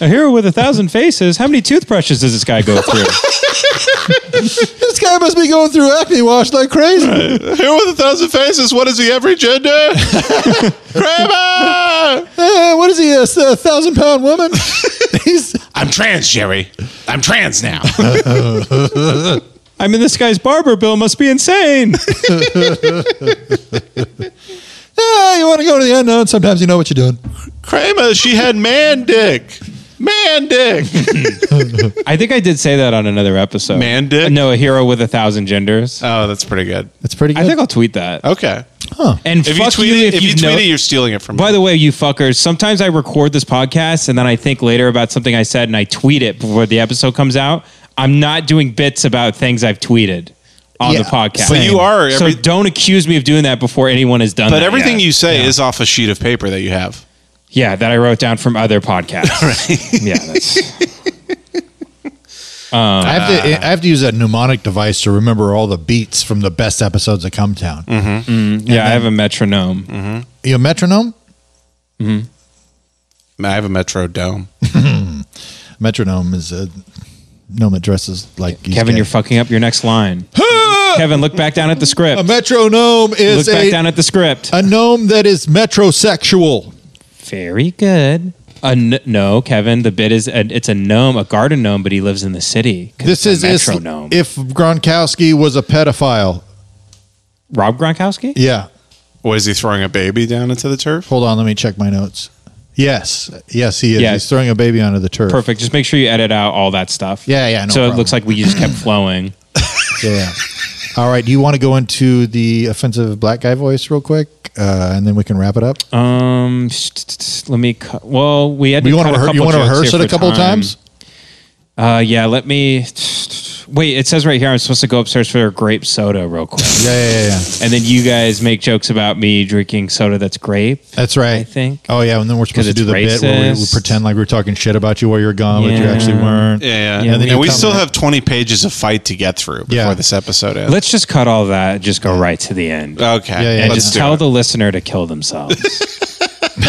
A hero with a thousand faces. How many toothbrushes does this guy go through? this guy must be going through acne wash like crazy. Here with a thousand faces, what is he, every gender? Kramer! Uh, what is he, a, s- a thousand pound woman? He's I'm trans, Jerry. I'm trans now. I mean, this guy's barber bill must be insane. Ah, you want to go to the unknown. Sometimes you know what you're doing. Kramer, she had man dick. Man dick. I think I did say that on another episode. Man dick? No, a hero with a thousand genders. Oh, that's pretty good. That's pretty I think I'll tweet that. Okay. And If you fuck tweet you it, if, if you know- tweet it, you're stealing it from me. By the way, you fuckers, sometimes I record this podcast and then I think later about something I said and I tweet it before the episode comes out. I'm not doing bits about things I've tweeted on Yeah, the podcast. But you are So every- don't accuse me of doing that before anyone has done But that everything yet. you say is off a sheet of paper that you have. Yeah, that I wrote down from other podcasts. Yeah, that's. I have Uh, to I have to use a mnemonic device to remember all the beats from the best episodes of Cumtown. Mm-hmm. yeah, I have a metronome. You a metronome? I have a Metro Dome. Metronome is a gnome that dresses like he's Kevin, gay. you're fucking up your next line. Kevin, look back down at the script. a metronome is look back a, down at the script. a gnome that is metrosexual. Very good. A n- no, Kevin. The bit is a, it's a gnome, a garden gnome, but he lives in the city. 'cause This is it's a is- metronome. if Gronkowski was a pedophile. Rob Gronkowski. Yeah. Was he throwing a baby down into the turf? Hold on, let me check my notes. Yes. Yes, he is. Yeah. He's throwing a baby onto the turf. Perfect. Just make sure you edit out all that stuff. Yeah, yeah, no so problem. it looks like we just kept flowing. Yeah, yeah. All right. Do you want to go into the offensive black guy voice real quick, uh, and then we can wrap it up? Um, sh- t- t- t- let me. Cu- well, we had. To You wanna cut a rehe- couple you wanna jokes rehearse here it a for couple time. times? Uh, yeah. Let me. Wait. It says right here I'm supposed to go upstairs for a grape soda real quick, Yeah, yeah, yeah. and then you guys make jokes about me drinking soda that's grape. That's right. I think. Oh yeah, and then we're supposed to it's do the bit where we, we racist. pretend like we're talking shit about you while you're gone, but you Yeah. actually weren't. Yeah, And yeah. then And, you we come still in. have 20 pages of fight to get through before Yeah. this episode ends. Let's just cut all that. and Just go right to the end. okay. Yeah, yeah, and let's just do tell it. the listener to kill themselves.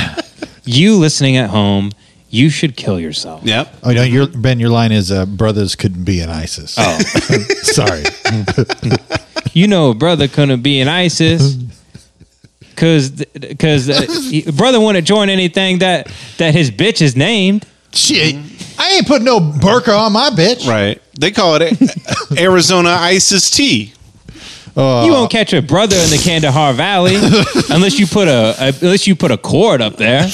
you listening at home, you should kill yourself. Yep. Oh no, your Ben, your line is uh, "Brothers couldn't be in ISIS." Oh, sorry. you know, a brother couldn't be in ISIS because because uh, brother wouldn't join anything that that his bitch is named. Shit, I ain't put no burqa on my bitch. Right. They call it A- Arizona ISIS tea. you won't catch a brother in the Kandahar Valley unless you put a, a- unless you put a cord up there.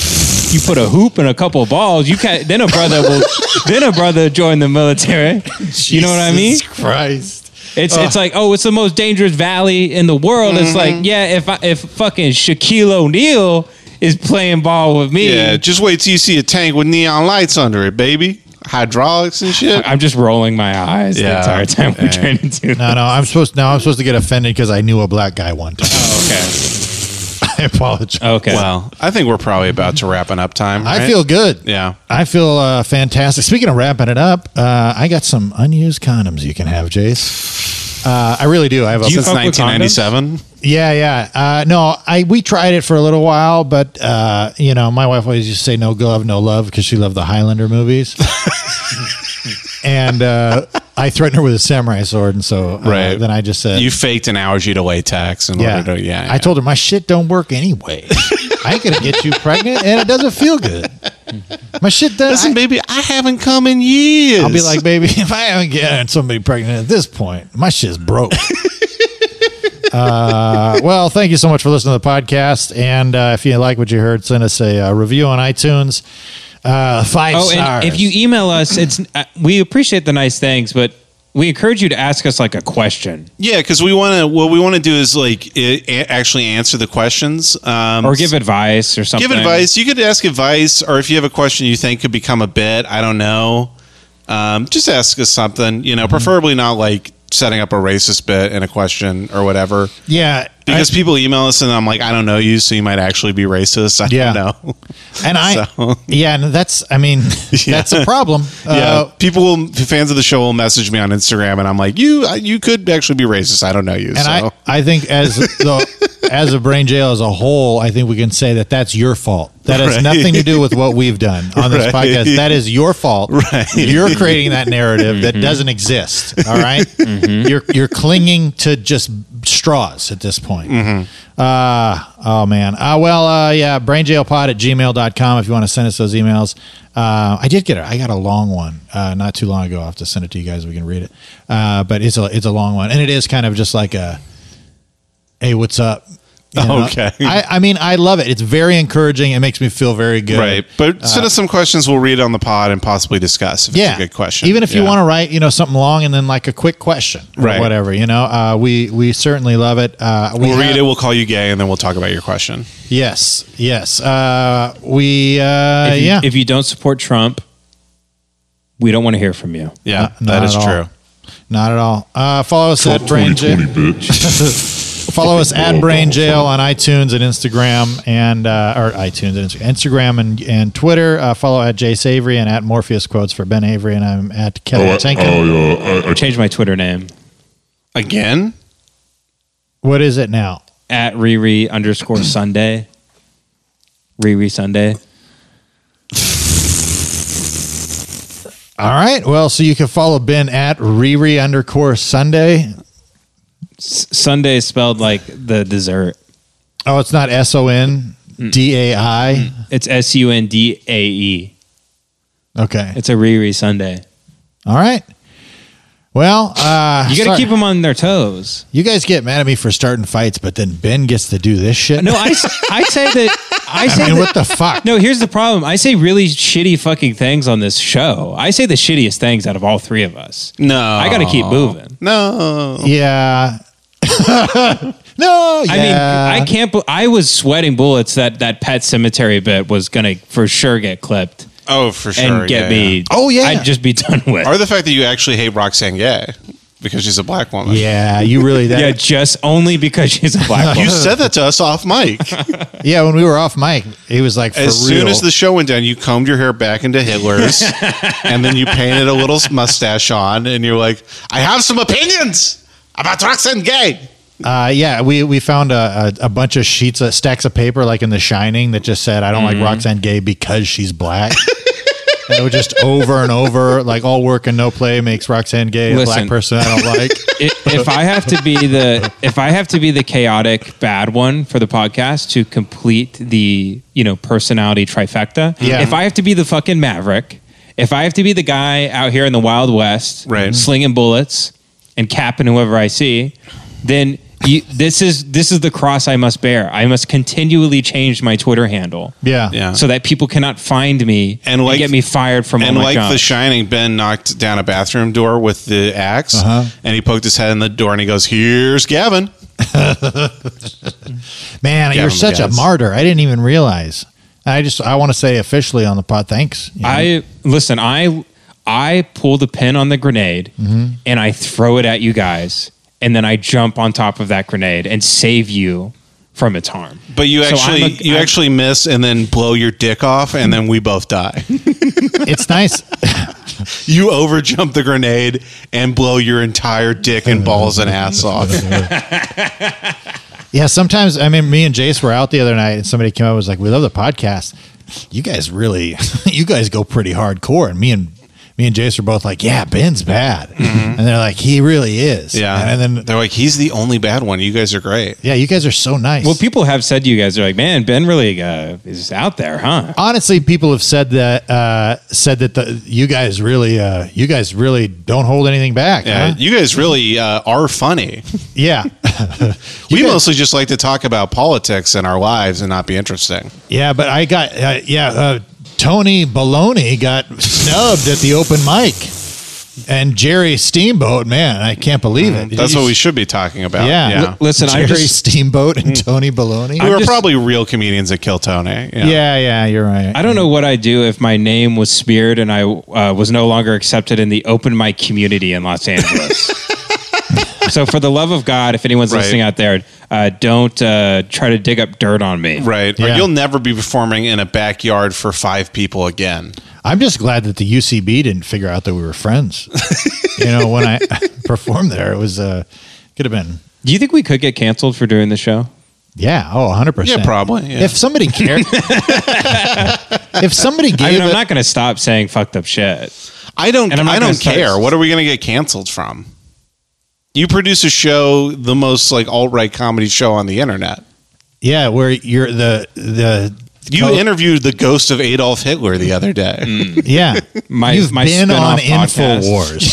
You put a hoop and a couple balls. You can then a brother will then a brother join the military. you know what I mean? Jesus Christ. It's it's like oh, it's the most dangerous valley in the world. It's like yeah, if I, if fucking Shaquille O'Neal is playing ball with me, Yeah. Just wait till you see a tank with neon lights under it, baby. Hydraulics and shit. I'm just rolling my eyes the Yeah. entire time we're trying to do. No, no, I'm supposed now. I'm supposed to get offended because I knew a black guy one time. Oh, Okay, I apologize. okay. Well, I think we're probably about to wrap it up time. I right? feel good. Yeah. I feel uh, fantastic. Speaking of wrapping it up, uh, I got some unused condoms you can have, Jace. Uh, I really do. I have a Do you Since fuck with 1997? Yeah, yeah. Uh, no, I we tried it for a little while, but uh, you know, my wife always used to say "no glove, no love" because she loved the Highlander movies. and uh, I threatened her with a samurai sword, and so uh, Right. then I just said, you faked an allergy to latex in yeah. order to uh, yeah. I told her my shit don't work anyway. I ain't gonna get you pregnant, and it doesn't feel good. My shit does. Listen, baby, I haven't come in years. I'll be like, baby, if I haven't gotten somebody pregnant at this point, my shit's broke. uh, well, thank you so much for listening to the podcast. And uh, if you like what you heard, send us a uh, review on iTunes. Uh, five oh, stars. and if you email us, it's uh, we appreciate the nice things, but we encourage you to ask us like a question Yeah, because we want to. What we want to do is like i a actually answer the questions um, or give advice or something. Give advice. You could ask advice, or if you have a question you think could become a bit, I don't know. Um, just ask us something. Mm-hmm. You know, preferably not like setting up a racist bit in a question or whatever. yeah, Because people email us and I'm like, I don't know you, so you might actually be racist. I Yeah. don't know. and I, So- yeah, and that's, I mean, that's a problem. yeah, Uh, people will fans of the show will message me on Instagram, and I'm like, you you could actually be racist. I don't know you. and so I, I think as the as a brain jail as a whole, I think we can say that that's your fault. That has Right. nothing to do with what we've done on this Right. podcast. That is your fault. You're creating that narrative Mm-hmm. that doesn't exist. All right? you're you're clinging to just straws at this point. Mm-hmm. Uh, oh man. Uh, well, uh, yeah, brainjailpod at gmail.com if you want to send us those emails. Uh, I did get it. I got a long one uh, not too long ago. I'll have to send it to you guys. We can read it. Uh, but it's a it's a long one, and it is kind of just like a, hey, what's up? You know? Okay. I, I mean, I love it. It's very encouraging. It makes me feel very good. right, but send us some questions. We'll read on the pod and possibly discuss. If Uh, Yeah. it's a good question. Even if you Yeah. want to write, you know, something long and then like a quick question or Right. whatever, you know, uh, we, we certainly love it. Uh, we We'll have- read it. We'll call you gay, and then we'll talk about your question. Yes, yes. Uh, we, uh, If you, yeah. If you don't support Trump, we don't want to hear from you. Yeah, not that is at all. true. Not at all. Uh, follow us at Brain Jail. 2020, bitch. Follow us at Brain Jail on iTunes and Instagram and uh, or iTunes and Insta- Instagram and and Twitter. Uh, follow at Jay Savory and at Morpheus quotes for Ben Avery and I'm at oh, Kevin I, Tankin. oh, yeah. I, I, Change my Twitter name Again, What is it now? at Riri underscore Sunday. Riri Sunday. All right. Well, so you can follow Ben at Riri undercore Sunday. S- Sunday is spelled like the dessert. Oh, it's not S O N D A I. It's S U N D A E. Okay. It's a Riri Sunday. All right. Well, uh, You got sorry. to keep them on their toes. You guys get mad at me for starting fights, but then Ben gets to do this shit. No, I, s- I say that. I say I mean, that, what the fuck? No, here's the problem. I say really shitty fucking things on this show. I say the shittiest things out of all three of us. no, I got to keep moving. No, Yeah. no. Yeah. I mean, I can't. bel- I was sweating bullets that that pet cemetery bit was gonna for sure get clipped oh for sure, and get yeah, me. Oh, yeah. I'd just be done with. yeah. Or the fact that you actually hate Roxanne Gay because she's a black woman. yeah, you really that. yeah, yeah. just only because she's a black You woman. said that to us off mic. when we were off mic, he was like, for As real. soon as the show went down, you combed your hair back into Hitler's, and then you painted a little mustache on, and you're like, "I have some opinions about Roxanne Gay." uh, yeah, we we found a, a, a bunch of sheets, of stacks of paper, like in The Shining, that just said, "I don't Mm-hmm. like Roxanne Gay because she's black." and it was just over and over, like all work and no play makes Roxanne Gay a black Listen. person I don't like. I- if I have to be the if I have to be the chaotic bad one for the podcast to complete the you know personality trifecta, Yeah. if I have to be the fucking maverick, if I have to be the guy out here in the wild west, Right. slinging bullets and capping whoever I see, then you, this is this is the cross I must bear. I must continually change my Twitter handle, Yeah, Yeah. so that people cannot find me And and, like- get me fired from And all Oh my like jobs. The Shining, Ben knocked down a bathroom door with the ax Uh-huh. and he poked his head in the door, and he goes, "Here's Gavin." Man, Gavin you're such McGinnis. a martyr. I didn't even realize. I just I want to say officially on the pod, thanks. You know? I listen. I I pull the pin on the grenade Mm-hmm. and I throw it at you guys, and then I jump on top of that grenade and save you from its harm. But you So I'm actually a- you I'm- actually miss and then blow your dick off and then we both die. it's nice. you overjump the grenade and blow your entire dick and balls and ass off. Yeah, sometimes I mean, me and Jace were out the other night, and somebody came up and was like, "We love the podcast. You guys really, you guys go pretty hardcore." And me and me and Jace were both like, "Yeah, Ben's bad," and they're like, "He really is." Yeah. and then they're like, he's the only bad one. You guys are great. yeah, you guys are so nice. Well, people have said to you guys, they're like, man, Ben really uh, is out there, huh? Honestly, people have said that uh, said that the, you guys really uh, you guys really don't hold anything back. Yeah, huh? you guys really uh, are funny. yeah, we mostly just like to talk about politics and our lives and not be interesting. yeah. But I got uh, yeah. Uh, Tony Baloney got snubbed at the open mic, and Jerry Steamboat. Man, I can't believe it. Mm, That's what we should be talking about. Yeah. yeah. listen, I Jerry just- Mm. Steamboat and Tony Baloney. we were probably real comedians eh? that kill Tony. yeah. yeah, you're right. I don't know what I'd do if my name was speared and I uh, was no longer accepted in the open mic community in Los Angeles. so, for the love of God, if anyone's Right. listening out there, uh, don't uh, try to dig up dirt on me. Right. Or Yeah. you'll never be performing in a backyard for five people again. I'm just glad that the UCB didn't figure out that we were friends. you know, when I performed there, it was uh, could have been Do you think we could get canceled for doing the show? yeah, oh, 100 percent. Yeah, probably. Yeah. If somebody cared, if somebody gave, I mean, I'm a- not going to stop saying fucked up shit. I don't And I'm not I gonna don't start- care. What are we gonna get canceled from? You produce a show, the most like alt right comedy show on the internet. yeah, where you're the the You co- interviewed the ghost of Adolf Hitler the other day. yeah. My- You've my been on spin-off podcast. Infowars.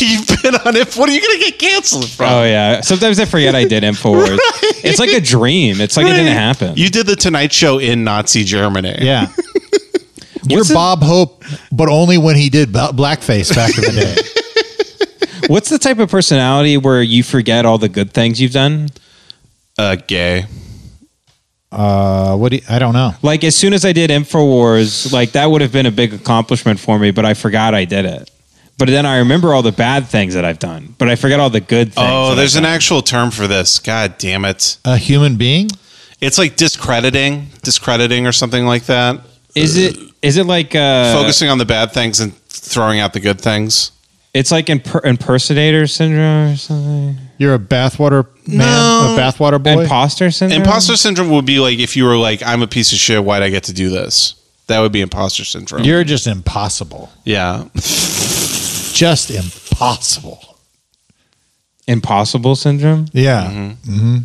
You've been on it. What are you gonna get canceled from? Oh yeah. Sometimes I forget I did Infowars. It's like a dream. It's like it didn't happen. You did the Tonight Show in Nazi Germany. Yeah, you're What's it- Bob Hope, but only when he did ba- blackface back in the day. What's the type of personality where you forget all the good things you've done? Uh, gay. Uh, what do you, I don't know. Like as soon as I did Infowars, like that would have been a big accomplishment for me, but I forgot I did it. But then I remember all the bad things that I've done, but I forget all the good things. Oh, that there's I've an done. actual term for this. God damn it. A human being? It's like discrediting, discrediting or something like that. Is it is it like uh Focusing on the bad things and throwing out the good things. it's like imper- impersonator syndrome or something? You're a bathwater man, No. a bathwater boy. Imposter syndrome? Imposter syndrome would be like if you were like, I'm a piece of shit. Why'd I get to do this? That would be imposter syndrome. You're just impossible. yeah. Just impossible. Impossible syndrome? Yeah. Mm-hmm.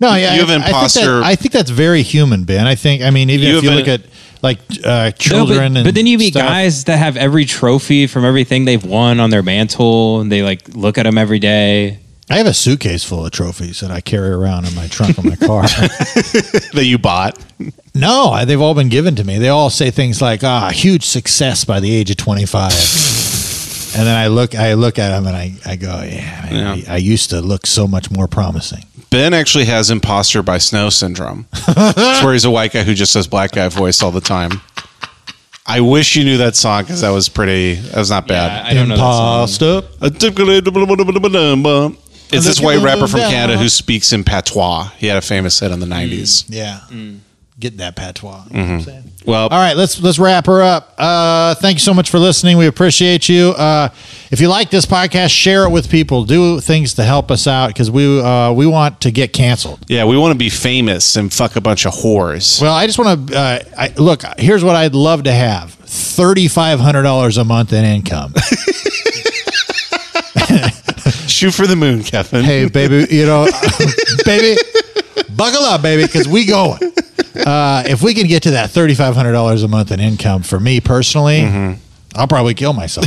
No, yeah. You have I- I think, imposter- that- I think that's very human, Ben. I think. I mean, even You if you have look a- at like uh, No, but- children, but, and then you meet stuff. guys that have every trophy from everything they've won on their mantle, and they like look at them every day. I have a suitcase full of trophies that I carry around in my trunk of my car. that you bought. no, I, they've all been given to me. They all say things like, "Ah, huge success by the age of 25." and then I look, I look at them, and I, I go, "Yeah, man, I, I used to look so much more promising." Ben actually has imposter by snow syndrome. It's where he's a white guy who just says black guy voice all the time. I wish you knew that song because that was pretty, that was not bad. I, I don't know. That song. Imposter. It's this white rapper from Canada who speaks in patois. He had a famous hit in the 90s. Yeah. Mm. Get that patois. Mm-hmm. saying? Well, All right, let's let's wrap her up. Uh, thank you so much for listening. We appreciate you. Uh, if you like this podcast, share it with people. Do things to help us out because we uh, we want to get canceled. yeah, we want to be famous and fuck a bunch of whores. Well, I just want to uh, I- look. Here's what I'd love to have: thirty five hundred dollars a month in income. Shoot for the moon, Kevin. hey, baby, you know, baby, buckle up, baby, because we going. Uh, if we can get to that thirty five hundred dollars a month in income for me personally, Mm-hmm. I'll probably kill myself.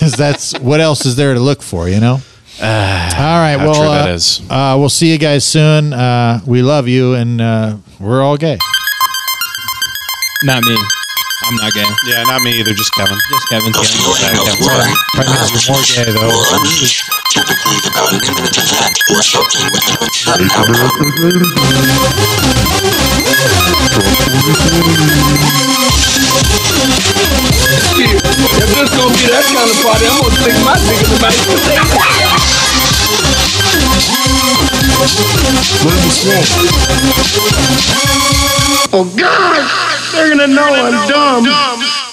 'Cause that's what else is there to look for, you know. all right, Uh, how well, true that uh, is. uh, we'll see you guys soon. Uh, we love you, and uh, we're all gay. Not me. I'm not gay. Yeah, not me either, just Kevin. Just Kevin's The gay. feeling of worry Premise more gay though. or unease, typically about an imminent event or something with an uncertain outcome. Shit, If this gonna be that kind of party, I'm gonna stick my dick in the mouth today. Oh God! They're gonna know I'm dumb.